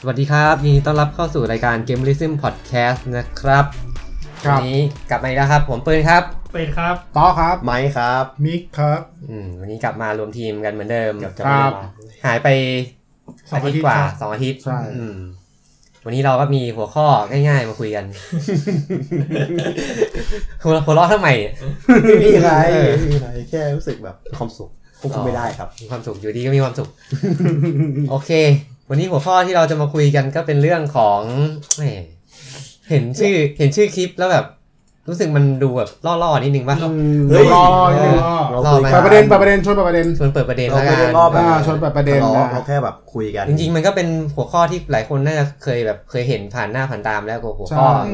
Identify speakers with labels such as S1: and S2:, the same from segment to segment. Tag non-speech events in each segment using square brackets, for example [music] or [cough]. S1: สวัสดีครับยินดีต้อนรับเข้าสู่รายการ g a m e r i s m Podcast นะครับ
S2: ครับ
S1: วันนี้กลับมาอีกแล้วครับ ผมปืนครับ
S3: เป็ดครับ
S2: ต่อครับ
S1: ไมค์ครับ
S3: มิกครับ
S1: อืมวันนี้กลับมารวมทีมกันเหมือนเดิม
S2: ครับ
S1: จะไม่ได้มาหายไป
S3: สองอาทิตย์
S1: กว่า
S3: ครับ
S1: สองอาทิตย์
S2: ใช่
S1: อืมวันนี้เราก็มีหัวข้อง่ายๆมาคุย [laughs] กัน หัวหัวเราะทำไมเนี่ย
S4: ไม่มีอะไรไม่มีอะไรแค่รู้สึกแบบความสุขควบคุมไม่ได้ครับ
S1: มีความสุขอยู่ดีก็มีความสุข [laughs] โอเค วันนี้หัวข้อที่เราจะมาคุยกันก็เป็นเรื่องของแหมเห็นชื่อเห็นชื่อคลิปแล้วแบบ รู้สึกมันดูแบบล่อๆนิดนึงป่ะ
S4: เฮ้ย
S2: รอ
S1: เออ
S2: รอ
S4: เราคุย
S1: เรา
S4: กัน
S2: เปิดประเด็นเปิดประเด็นช่วยเปิดประเด็น
S1: ชวนเปิดประเด็น
S4: เรา
S1: แล้วกัน
S4: ไม่ได้รอบแบบ
S2: อ่าชวนเปิดประเด็น
S4: ทลา
S2: นะ
S4: เราแค่แบบคุยกัน
S1: จริงๆ มันก็เป็นหัวข้อที่หลายคนน่าจะเคยแบบเคยเห็นผ่านหน้าผ่านตามแล้วก็หัวข้อ
S2: ใช่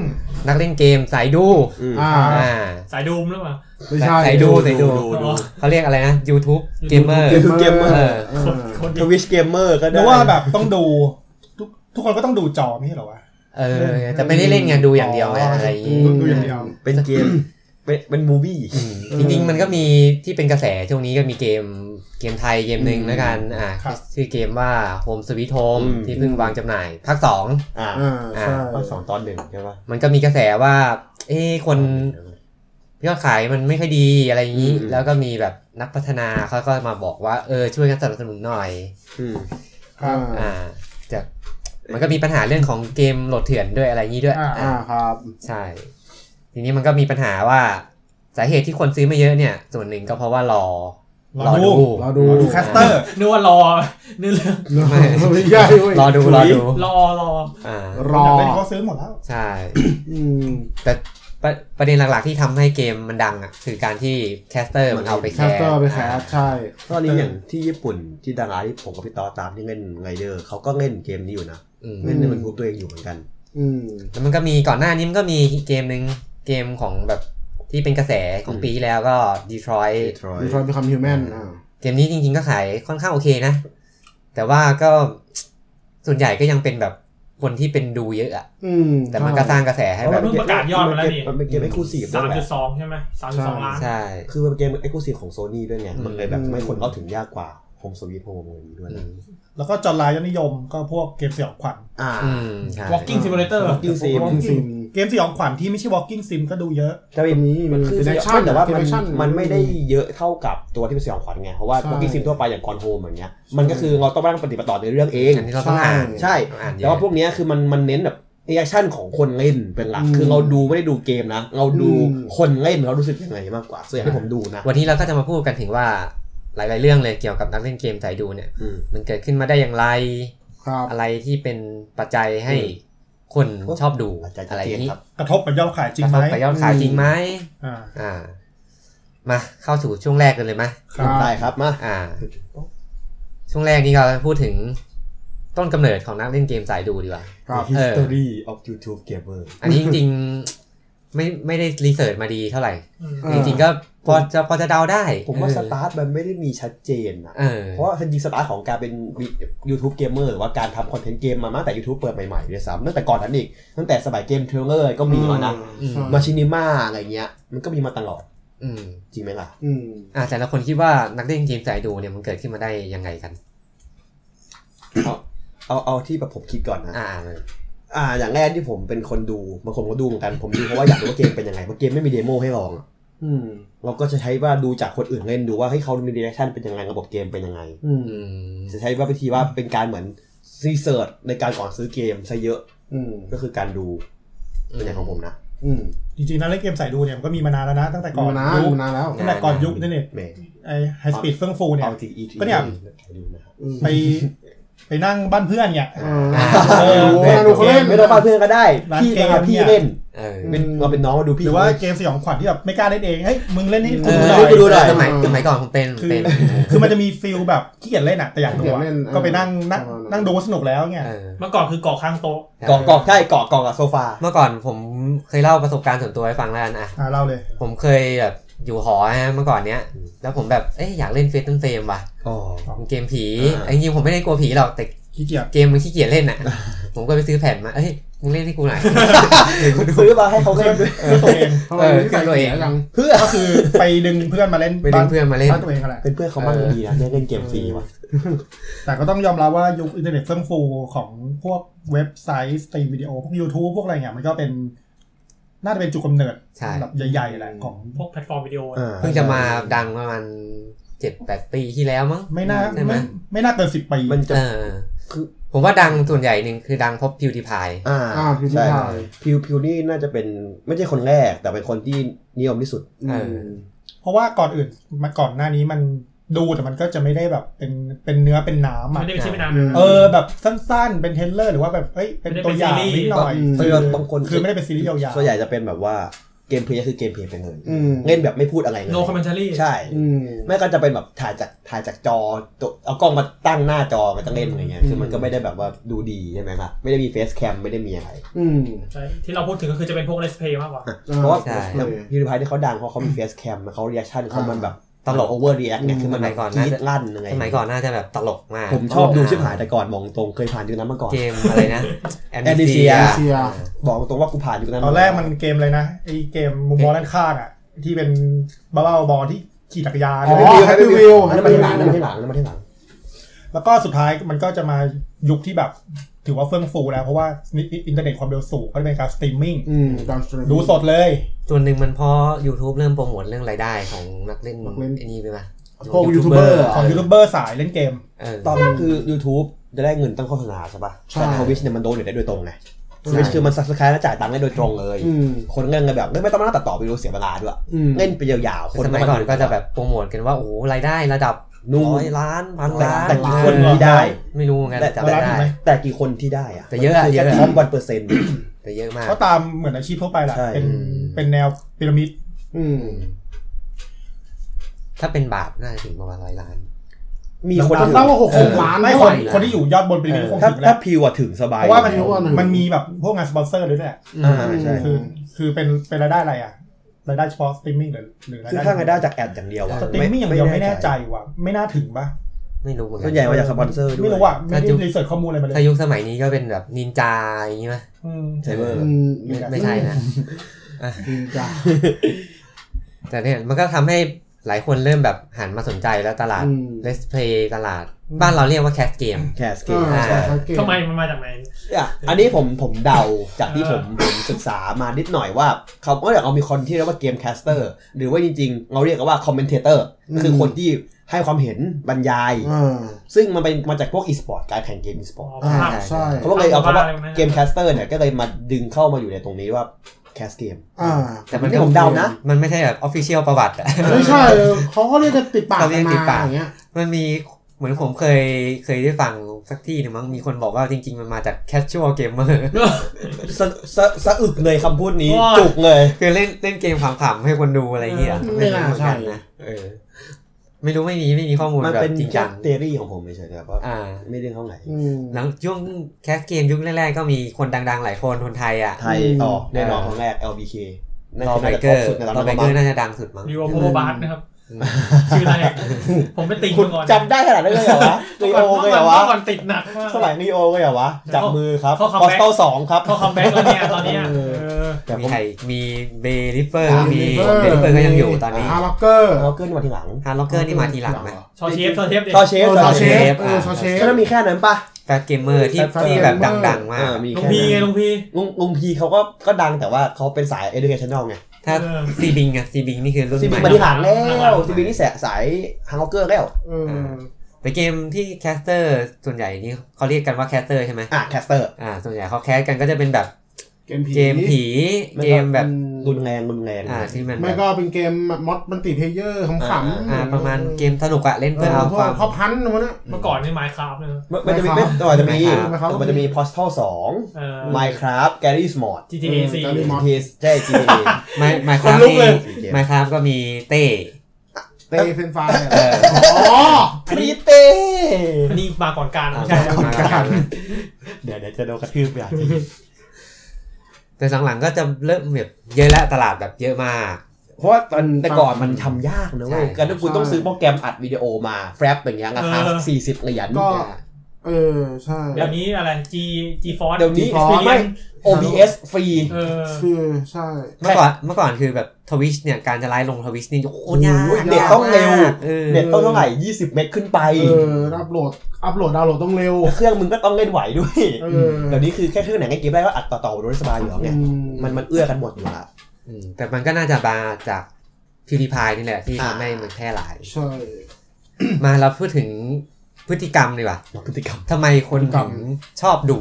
S1: นักเล่นเกมสายดู
S4: อืม
S2: อ่า
S1: อ่า
S3: สายดูมหรือเปล่า
S2: ไม่ใช่
S1: สายดูสายดู
S4: ดูดู
S1: เขาเรียกอะไรนะ YouTube Gamer
S2: เกมเกมเมอร์
S1: เอ
S3: คน คน
S4: ทวิชเกมเมอร์ก็ได้
S5: นึกว่าแบบต้องดูทุกทุกคนก็ต้องดูจอไม่ใช่เหรอวะ
S1: เออแต่ไม่ได้เล่นไงดูอย่างเดียวไงอะไรอย่างงี้
S2: ดูอย่างเดียว
S4: เป็นเกม เป็นเป็นมูวี่
S1: จริงๆ มันก็มีที่เป็นกระแสช่วงนี้ก็มีเกมเกมไทยเกมหนึ่ง
S4: อืม
S1: แล้วกันอ่า
S5: ครับ
S1: ชื่อเกมว่า Home Sweet Home
S4: อืม
S1: ที่เพิ่งวางจำหน่ายภาค
S4: อ่า
S2: อ่าใช่
S4: ภาคสองตอนหนึ่งใช่ป่ะ
S1: 2 มันก็มีกระแสว่า เอ้คนยอดขายมันไม่ค่อยดีอะไรอย่างนี้ แล้วก็มีแบบนักพัฒนาเขาก็มาบอกว่า เออช่วยกันสนับสนุนหน่อย
S4: อืม
S2: อ่า
S1: อ่าจากมันก็มีปัญหาเรื่องของเกมโหลดเถื่อนด้วยอะไรอย่างนี้ด้วย
S5: อ่า
S2: อ่า
S1: อ่า
S2: ครับ
S1: ใช่ ทีนี้มันก็มีปัญหาว่าสาเหตุที่คนซื้อไม่เยอะเนี่ย ส่วนหนึ่งก็เพราะว่ารอ
S5: รอดู
S2: รอดู
S5: ดูแคสเตอร์
S3: นึกว่ารอนึกเรื่อง
S2: ไม่ไม่ใช่เว้ย
S1: รอดูรอดู
S3: รอรอ
S1: อ่าร
S5: รอ
S2: อ
S5: เขาซื้อหมดแล้ว
S1: ใช่
S2: อืม
S1: แต่ประประเด็นหลักๆที่ทำให้เกมมันดังอ่ะคือการที่แคสเตอร์มันเอาไป
S2: แค
S1: แค
S2: ส
S1: ส
S2: เตอร์ไปแคสใช่
S4: ตอนนี้อย่างที่ญี่ปุ่นที่ดาราที่ผมกับพี่ต่อตามที่เล่นไงเดอร์เขาก็เล่นเกมนี้อยู่นะ
S1: อืม
S4: เล่นในมันกรุ๊ปตัวเองอยู่เหมือนกัน
S2: อืม
S1: แล้วมันก็มีก่อนหน้านี้มันก็มีเกมหนึ่งเกมของแบบที่เป็นกระแสของปีที่แล้วก็ Detroit
S4: ทรอย
S2: มีทรอยเป็นคำฮิวแมนอ่า
S1: เกมนี้จริงๆก็ขายค่อนข้างโอเคนะ แต่ว่าก็ส่วนใหญ่ก็ยังเป็นแบบคนที่เป็นดูเยอะอะ
S2: อืม
S1: แต่มันก็สร้างกระแสให้แบบ
S3: เพิ่งประกาศยอดมาแล้วนี่
S4: มันเป็นเกมเอ็กซ์คลูซีฟด้
S3: สา
S4: วย
S3: ม
S4: แห
S3: จุ
S4: ละ
S3: ดสองใช่ไหมสามจุดสองล้าน
S1: ใช่
S4: คือมันเป็นเกมเอ็กซ์คลูซีฟของโซนี่ด้วยไง
S1: อืม
S4: มันเลยแบบทำให้คนเข้าถึงยากกว่าโฮมสวีทโฮมอะไรอย่างนี้ด้วย
S1: อื
S4: นะ
S1: ม
S5: แล้วก็จอนไลน์ยอดนิยมก็พวกเกมสยองขวัญ
S4: อ่า
S1: อืมใช่
S3: Walking Simulator
S2: กิ้งซีม
S5: Walking
S2: กิ้งซีม
S5: เกมสยองขวัญที่ไม่ใช่ walking sim ก็ดูเยอะ
S4: จะเป็น
S2: มี
S4: มัน
S2: มี
S4: คือ
S2: เป็น
S4: สยองข
S2: action
S4: วัญแต่ว่า
S2: เป็น
S4: มัน
S2: action
S4: มันไม่ได้เยอะเท่ากับตัวที่เป็นสยองขวัญไง เพราะว่า
S2: ใช่
S4: พวกกิ้งซิมทั่วไปอย่างกอนโฮมอย่างเงี้ยมันก็คือเราต้องมานั่งปฏิบัติต่อในเรื่องเอง
S1: อันนี้เราต้องอ่าน
S4: ใช่
S1: อ่านเยอะ
S4: แต่ว่าพวกเนี้ยคือมันมันเน้นแบบเรีแอคชั่นของคนเล่นเป็นหลัก
S2: อืม
S4: คือเราดูไม่ได้ดูเกมนะ เราดู
S2: อืม
S4: คนเล่นเขารู้สึกยังไงมากกว่าส่วนใหญ่ที่ผมดูนะ
S1: วันนี้เราก็จะมาพูดกันถึงว่าหลาย ๆ เรื่องเลยเกี่ยวกับนักเล่นเกมสายดูเนี่ย
S4: อืม
S1: มันเกิดขึ้นมาได้อย่างไร
S2: ครับ
S1: อะไรที่เป็นปัจจัยให้คนชอบดู
S4: ปัจจัยชัด
S1: อะไรอ
S4: เจน
S1: ย่างนี้
S4: ครับ
S5: กระทบกับยอดขายจริง
S1: กะท
S5: ไหม
S1: บกับยอดขายจริงไหม
S5: อ่า
S1: อ่า มาเข้าสู่ช่วงแรกกันเลยไหม
S2: ครับ
S4: ได้ครับมา
S1: อ่า ช่วงแรกนี้เราจะพูดถึงต้นกำเนิดของนักเล่นเกมสายดูดีกว่า
S2: ครับ
S1: เออ
S4: History of YouTube Gamer
S1: อันนี้จริงๆ ไม่ไม่ได้รีเสิร์ชมาดีเท่าไหร่
S2: เออ
S1: จริงๆก็พอจะพอจะเดาได้
S4: ผมว่า
S1: เออ
S4: สตาร์ทมันไม่ได้มีชัดเจนนะ
S1: เออ
S4: เพราะว่าจริงๆสตาร์ทของการเป็น YouTube Gamer หรือว่าการทำคอนเทนต์เกมมาตั้งแต่ YouTube เปิดใหม่ๆด้วยซ้ำตั้งแต่ก่อนนั้นอีก ตั้งแต่สมัยเกมเทรลเลอร์ก็มีแล้วนะ
S2: อืม
S4: มาชินิม่าอะไรเงี้ย มันก็มีมาตลอด
S1: อืม
S4: จริงไหมล่ะ
S2: อืม
S1: อ่าแต่ละคนคิดว่านักเล่นเกมสายดูเนี่ยมันเกิดขึ้นมาได้ยังไงกัน
S4: เอาเอาเอาที่แบบผมคิดก่อนนะ
S1: อ่า
S4: อ่า อย่างแรกที่ผมเป็นคนดูบางคนก็ดูเหมือนกัน ผมดูเพราะว่าอยากดูว่าเกมเป็นยังไงเพราะเกมไม่มีเดโมให้ลองอะ
S2: อืม
S4: เราก็จะใช้ว่าดูจากคนอื่นเล่นดูว่าให้ยเขามีเรีแอคชั่นเป็นยังไงระบบเกมเป็นยังไง
S2: อืม
S1: อืม
S4: จะใช้ว่าวิธีว่าเป็นการเหมือนรีเสิร์ชในการก่อนซื้อเกมซะเยอะ
S2: อืม
S4: ก็คือการดูเป็นอย่างของผมนะ
S2: อืม
S5: จริงๆนักเล่นเกมสายดูเนี่ยมันก็มีมานานแล้วนะ ตั้งแต่ก่อน
S2: มานาน
S5: ยุค
S2: มานานแล้ว
S5: ตั้งแต่ก่อนยุคนั่นเอง
S4: แหม
S5: ไอไฮสปีดเฟื่องฟูเนี่ย
S4: เอาจริงอีก
S5: ก็เนี่ย
S4: ดูนะครับ
S5: ไปไปนั่งบ้านเพื่อนเนี่ย
S2: อ่าโอ้โหดูเขาเล่น
S4: ไม่ต้องพาเพื่อนก็ได้
S5: ร้าน
S4: พี่
S5: เกม
S4: มาพี่
S5: เนี่ย
S4: เล่น
S1: เออ
S2: อืม
S4: เป็นเราเป็นน้องมาดู
S5: ห
S4: พี่
S5: รือว่าเกมสยองขวัญที่แบบไม่กล้าเล่นเองเฮ้ยมึงเล่นนี่
S1: เอ
S5: กู
S1: อเล่นกูดู
S5: ดูหน่อย
S1: เลย
S2: เออ
S1: สมัยสมัยก่อนผมเป็น
S5: คือ
S1: เป็น
S5: คือมันจะมีฟิลแบบขี้เกียจเล่นอ่ะแต่อยากดู
S2: อยา
S5: อะ
S2: กเล่นเออ
S5: ก็ไปนั่งนั่ง
S2: ประมาณนั้น
S5: นั่งดูก็สนุกแล้วเงี้ย
S1: เออ
S3: เมื่อก่อนคือเกาะข้างโต๊ะ
S4: เกาะเกาะใช่เกาะเกาะกับโซฟา
S1: เมื่อก่อนผมเคยเล่าประสบการณ์ส่วนตัวให้ฟังแล้วกันอ่ะ
S5: อ่าเล่าเลย
S1: ผมเคยแบบอยู่หอฮะเมื่อก่อนเนี้ย
S4: อืม
S1: แล้วผมแบบเอ้ยอยากเล่นเฟสต้นเฟมว่ะ
S4: อ๋อ
S1: เป็นเกมผี
S4: อ่า
S1: ไอ้จริงๆผมไม่ได้กลัวผีหรอกแต่
S5: ขี้เกียจ
S1: เกมมันขี้เกียจเล่นอ่ะ ผมก็ไปซื้อแผ่นมาเอ้ยมึงเล่นให้กูหน่อย
S4: ซื้อมาให้เขาเล่นด้วย
S5: เพื่อตัวเอง
S2: ทำไมนิสัยเสียจัง
S5: เพื่อก็คือไปดึงเพื่อนมาเล่น
S1: ไปดึงเพื่อนมาเล่น
S5: บ้านตัวเองกันแหละ
S4: เป็นเพื่อนเขาบ้างดีนะได้เล่นเกมฟรีว่ะ
S5: แต่ก็ต้องยอมรับว่ายุคอินเทอร์เน็ตเฟื่องฟูของพวกเว็บไซต์สตรีมวิดีโอพวก YouTube พวกอะไรเนี่ยมันก็เป็น น่าจะเป็นจุดกำเนิด
S1: ใช่
S5: แบบใหญ่ๆแหละของ
S3: พวกแพลตฟอร์มวิดีโอ
S4: เออ
S1: เพิ่งจะมาดังประมาณเจ็ดแปดปีที่แล้วมั้ง
S5: ไม่น่า
S1: ใช่ไหม
S5: ไม่ไม่น่าเกินสิบปี
S4: มันจะ
S1: เออ
S4: คือ
S1: ผมว่าดังส่วนใหญ่หนึ่งคือดังเพราะพิวดีพาย
S4: อ่า
S2: อ่าพิมพ์
S4: ใช่
S2: ถ่าย
S4: พิวพิวนี่น่าจะเป็นไม่ใช่คนแรก แต่เป็นคนที่นิยมที่สุด
S1: เออ
S2: ม
S5: เพราะว่าก่อนอื่นมาก่อนหน้านี้มันดูแต่มันก็จะไม่ได้แบบเป็นเป็นเนื้อเป็นน้ำอ่ะ
S3: ไม่ได้ไปใช้ไม่นาน
S5: เออแบบสั้นๆ เป็นเทรลเลอร์หรือว่าแบบเอ้ยเป็น
S3: ไม่ได้เป็น
S5: ตัวอย่าง
S3: ซีรีส์
S5: นิดหน่อย
S4: เออบางคน
S5: คือไม่ได้เป็นซีรีส์ยาว
S4: ส่วนใหญ่จะเป็นแบบว่าเกมเพลย์คือเกมเพลย์ไปเลย
S2: อืม
S4: เล่นแบบไม่พูดอะไรเลย
S3: โนคอมเมนต์รี่
S4: ใช่
S2: อืม
S4: แม่ก็จะเป็นแบบถ่ายจากถ่ายจากจอตัวเอากล้องมาตั้งหน้าจอมาตั้งเล่นอะไรเงี้ยคือมันก็ไม่ได้แบบว่าดูดีใช่ไหมครับไม่ได้มีเฟซแคมไม่ได้มีอะไร
S2: อืม
S3: ที่เราพูดถึงก็คือจะเป็นพวกเลสเพย์มากกว่า
S4: เพราะว่า
S1: ใช่
S4: อย่างพิวพายที่เขาดังเพราะเขามีเฟซแคมเขาเรียกชั่นเขามันแบบ
S1: ตลก
S4: โอเวอร์เรียกเนี่ยคือมันแบบ
S1: สมัยก่อน
S4: กรี
S1: น่า
S4: ด
S1: จะ
S4: ลั่นอะไร
S1: สมัยก่อนน่าจะแบบตลกมาก
S4: ผมชอบดูชิบหายแต่ก่อนมองตรงเคยผ่านยุคนั้นมาก่อน
S1: เกมอะไร
S4: [laughs]
S1: นะ
S4: แอนดิเซีย
S2: Amnesia
S4: บอกตรงว่ากูผ่านอยู่นั้น
S5: ๆตอนแรกมันเกมอะไรนะไอ้เกมมุมมองด้านข้างอ่ะที่เป็นบ้าๆบอๆที่ขี่จักรยาน
S2: อ๋อ Happy Wheel
S4: นั่นมันที่หลังนั่นมันที่หลังนั่นมันที่หลัง
S5: แล้วก็สุดท้ายมันก็จะมายุคที่แบบถือว่าเฟื่องฟูแล้ว เพราะว่าอินเทอร์เน็ตความเร็วสูงก็จะเป็นการสตรีมมิ่ง
S2: อืมตามสตรีม
S5: ดูสดเลย
S1: ส่วนหนึ่งมันเพราะ YouTube เริ่มโปรโมทเรื่องรายได้ของนักเล่น
S2: นักเล่น
S1: ไอ้นี่ไปปะ
S2: พวกยูทูบเบอร์
S5: ของยูทูบเบอร์สายเล่นเกม
S1: เออ
S4: ตอนนั้นคือ YouTube จะได้เงินตั้งโฆษณาใช่ปะ
S2: ใช่
S4: แต่ทวิชเนี่ยมันโดนอยู่ได้โดยตรงไงทวิชคือมันซับสไครต์แล้วจ่ายตังค์ได้โดยตรงเลย
S2: อืม
S4: คนเล่นกันแบบไม่ต้องมานั่งตัดต่อไปดูเสียเวลาด้วย
S2: อืม
S4: เล่นไปยาวๆ คน
S1: สมัยก่อนก็จะแบบโปรโมทกันว่าโอ้โหรายได้ระดับ
S4: นู่น
S1: ร้อยล้านพัน
S4: แต่
S1: ล้าน
S4: แต่กี่คน
S5: ล้าน
S4: ที่ได้
S1: ไม่รู้เหมือนกัน
S4: แต่
S1: จำไม่
S5: ร้าน
S1: ได้
S5: ถูกไหม
S4: แต่กี่คนที่ได้อะ
S1: แต่เยอะอะเยอะอะ
S4: ท็อปวันเปอร์เซ็นต์
S1: แต่เยอะมาก
S5: ก็ตามเหมือนอาชีพทั่วไปแหละ
S4: ใช่
S5: เป็น
S1: อืม
S5: เป็นแนวพีระมิด
S2: อืม
S1: ถ้าเป็นบาทน่าจะถึงประมาณร้อยล้าน
S4: มีคน
S2: ดังๆว่าหกสิบล้าน
S5: ไม่
S2: ไม่
S5: ค
S2: ไหวน นะ
S5: คนที่อยู่ยอดบนพีระมิดคง
S4: ถ้า
S5: ถึงแห
S4: ถ้า
S5: ละ
S4: พิวอะถึงสบาย
S5: เพราะว่ามัน
S2: อยู่แล้วอะ
S5: มันมีแบบพวกงานสปอนเซอร์ด้วยแหละ
S4: อ่าใช่
S2: ม
S5: คือคือเป็นเป็นรายได้อะไรอ่ะรายได้เฉพาะสตรีมมิ่งหรือหรือราย
S4: คือ
S5: ได้
S4: ถ้ารายได้จากแอดอย่างเดียวอะ
S5: สตรีมมิ่งอย่างเดียวไม่แน่ใจว่ะไม่น่าถึงปะ
S1: ไม่รู้เหมือนกั
S4: ส่วนใหญ่มาจากสปอนเซอร์ด้วย
S5: ไม่รู้อ่ะไม่ได้รีเสิร์ชข้อมูลอะไรมาเล
S1: ถ้าย ยุคสมัยนี้ก็เป็นแบบนินจาอย่างนี้ไหม
S5: อืม
S4: ไซเบอร์
S2: อืม
S1: ไม่ไม่ใช่นะ
S2: ดีจ้ะ
S1: แต่เนี่ยมันก็ทำให้หลายคนเริ่มแบบหันมาสนใจแล้วตลาด
S2: อืม
S1: Let's Play ตลาด บ้านเราเรียกว่าแคสเกม
S4: แคสเก
S2: อ่ามใช่ครับเก
S3: ทำไมมันมาจากไหน
S4: อ่ะอันนี้ผมผมเดาจากที่ผมผมศึกษามานิดหน่อยว่า เขาเมื่อเรามีคนที่เรียกว่าเกมแคสเตอร์หรือว่าจริงๆ เราเรียกกันว่าคอมเมนเทเตอร์คือคนที่ให้ความเห็นบรรยาย
S2: อ่า
S4: ซึ่งมันเป็นมาจากพวกอีสปอร์ตการแข่งเกมอีสปอร์ต
S2: อ่าใช่
S4: เขาก็เลยเอาคำว่า
S3: ว่าอะไรนะ
S4: เกมแคสเตอร์เนี่ยก็เลยมาดึงเข้ามาอยู่ในตรงนี้ว่าแคสเกม
S2: อ่า
S1: แต่มัน
S4: ที่ผมเดานะ
S1: มันไม่ใช่แบบออฟฟิเชียลประวัติอะ [laughs]
S2: ไม่ใช่เขาก็เรียกกันติดปาก
S1: เขาเรียกติดปาก
S2: อย่างเงี้ย
S1: มันมีเหมือนผมเคยเคยได้ฟังสักที่หนึ่งมั้งมีคนบอกว่าจริง ๆ มันมาจาก casual gamer [laughs]
S4: สะสะสะอึกเลยคำพูดนี้
S3: ว้า
S4: จุกเลย
S1: คือเล่นเล่นเกมขำๆให้คนดูอะไรอย่างเงี้ย
S2: เออ
S1: ไม่รู้เหมือนกัน
S2: ไม่น่าใช่
S1: นะเออ ไม่รู้ไม่มีไม่มีข้อมูล
S4: มัน
S1: แบบ
S4: เป็น
S1: จริง
S4: แค่
S1: จัง
S4: เทอรี่ของผมเฉยๆครับว่า
S1: อ่า
S4: ไม่ได้เท่าไหร่
S2: อืม
S1: หลังช่วงแคสเกมยุคแรกๆก็มีคนดังๆ หลายคนคนไทยอ่ะ
S4: ไทย
S2: อืม
S4: ต่อแน่นอนครั้งแรก LBK
S1: รอไบเกอร์รอไบเกอร์น่าจะดังสุดมั้ง
S3: รีวอลโบบาร์นะครับ ชื่ออะไรอะผมไม่ติง
S4: คุณ
S3: มาก่อน
S4: จำได้ขนาดนั้นเลยเหรอวะรีโอเลยเหรอวะ
S3: มื่ก่อนติดหนักมาก
S4: สมัยรีโอเลยเหรอวะ จับมือครับ
S3: เข้าเข้า
S4: คอส
S3: back
S4: โตสองครับ
S3: เข้าคัมแบ็กแล้วเนี่ยตอนเนี้ย
S2: เออ
S3: เออ
S4: แต่ผ
S1: มี
S4: ม
S1: ใครมีเบลิเฟอร์
S2: อ่า
S1: มี
S2: Believer
S1: เบลิเฟอร์ก็ยังอยู่ตอนนี้
S2: อาร์ล็อกเกอร์
S4: เราเกินมาทีหลัง
S1: ฮาร์ล็อกเกอร์นี่มาทีหลังไหม
S3: ชอเชฟชอเชฟดิ
S4: ชอเช
S2: เอ
S4: ฟช
S2: อซา
S4: อ
S2: เช
S4: เชฟ
S2: ฟเออซาเชฟ
S4: ก็มีแค่นั้นปะ
S1: แฟร์เกมเมอร์ที่
S2: Fat
S1: ที่แบบ
S2: Gamer
S1: ดัง ๆ มา
S4: เอก อมี
S3: ลุง
S4: แค่
S3: พีไง
S4: นั้น
S3: ลุงพี
S4: ลุงลุงพีเขาก็ก็ดังแต่ว่าเขาเป็นสาย educational ไง
S1: ถ้า
S3: เออ
S1: ซีบิงอะซีบิงนี่คือรุ่น
S4: ซี
S1: ให
S4: บี
S1: ม่
S4: มาทีหลังแล้ว
S3: หลังๆ
S4: ซีบีนี่แสะสายฮังเกอร์แล้ว
S2: เออ
S1: แต่เกมที่แคสเตอร์ส่วนใหญ่นี่เขาเรียกกันว่าแคสเตอร์ใช่ไหม
S4: อ่ะแคสเตอร์
S1: อ่า ส่วนใหญ่เขาแคสกันก็จะเป็นแบบ
S2: เกมผี
S1: เกมผีเกมแบบ
S4: รุนแรงรุนแรง
S1: อ่าที่มัน
S2: ไม่
S1: แบบ
S2: ก็เป็นเกมมอดมันติเพเยอร์ขำๆ
S1: อ่าประมาณเกมสนุกอะเล่นเพื่อเอาความ
S2: เขาพันนะมันนะ
S3: เมื่อก่อนนี่ไมค์คราฟนะครับ
S4: มันมันจะมีไม่ต่อจะมี
S2: Minecraft
S4: มันจะมี Postal สอง
S3: เออ
S4: Minecraft Gary Smart
S3: GTA 4
S2: เออ Garry's Mod
S4: ทีใช่ GTA
S1: ไมไมคราฟ
S3: คนลุก
S1: มี
S3: เลย
S1: ไมคราฟก็มีเต้
S2: เตเฟนไฟล์อะไรอ๋อ
S4: พรีเต้
S3: อันนี้มาก่อนการ
S1: อ่า
S3: ไม่ใช่
S2: มาก่อนการ
S4: เดี๋ยวเดี๋ยวจะโดนกระทืบอย่างที
S1: แต่หลังๆก็จะเริ่มแบบเยอะแล้วตลาดแบบเยอะมาก
S4: เพราะว่าตอนแต่ก่อนมันทำยากนะเว้ย
S1: ใช่
S4: การที่คุณต้องซื้อโปรแกรมอัดวิดีโอมาแฟลปอย่างเงี้ยราคา
S3: เออ
S4: 40เหรียญ
S2: ก็
S4: เนี่ย
S2: ไป เออ ใช่
S3: เดี๋ยวนี้อะไร G G Force
S4: เดี๋ยวนี้
S2: ไม่
S3: Experience
S4: OBS ฟรี
S3: เออ
S2: คือใช่
S1: เมื่อก่อนเมื่อก่อนคือแบบทวิชเนี่ยการจะไลฟ์ลงทวิชนี่โคตรยาก
S4: โอ้ยเน็ตต้องเร็ว
S1: ออ
S4: เน็ตต้องเท่าไหร่ 20 เมกขึ้นไป
S2: เออ อัปโหลด อัปโหลดดาวน์โหลดต้องเร็ว
S4: เครื่องมึงก็ต้องเล่นไหวด้วย
S2: เออ
S4: เดี๋ยวนี้คือแค่เครื่องไหนให้เกมได้ก็อัดต่อๆโดยสบายอยู่แล้วไง
S2: อืม
S4: มันมันเอื้อกันหมดอยู่ละ
S1: อืมแต่มันก็น่าจะมาจากพิวดีพายนี่แหละที่
S4: อ่า
S1: ทำให้มันแพร่หลาย
S2: ใช่
S1: มาเราพูดถึงพฤติกรรมดีกว่า
S4: พฤติกรรม
S1: ทำไมคน
S2: พฤติกรร
S1: ถึ
S2: ม
S1: งชอบดู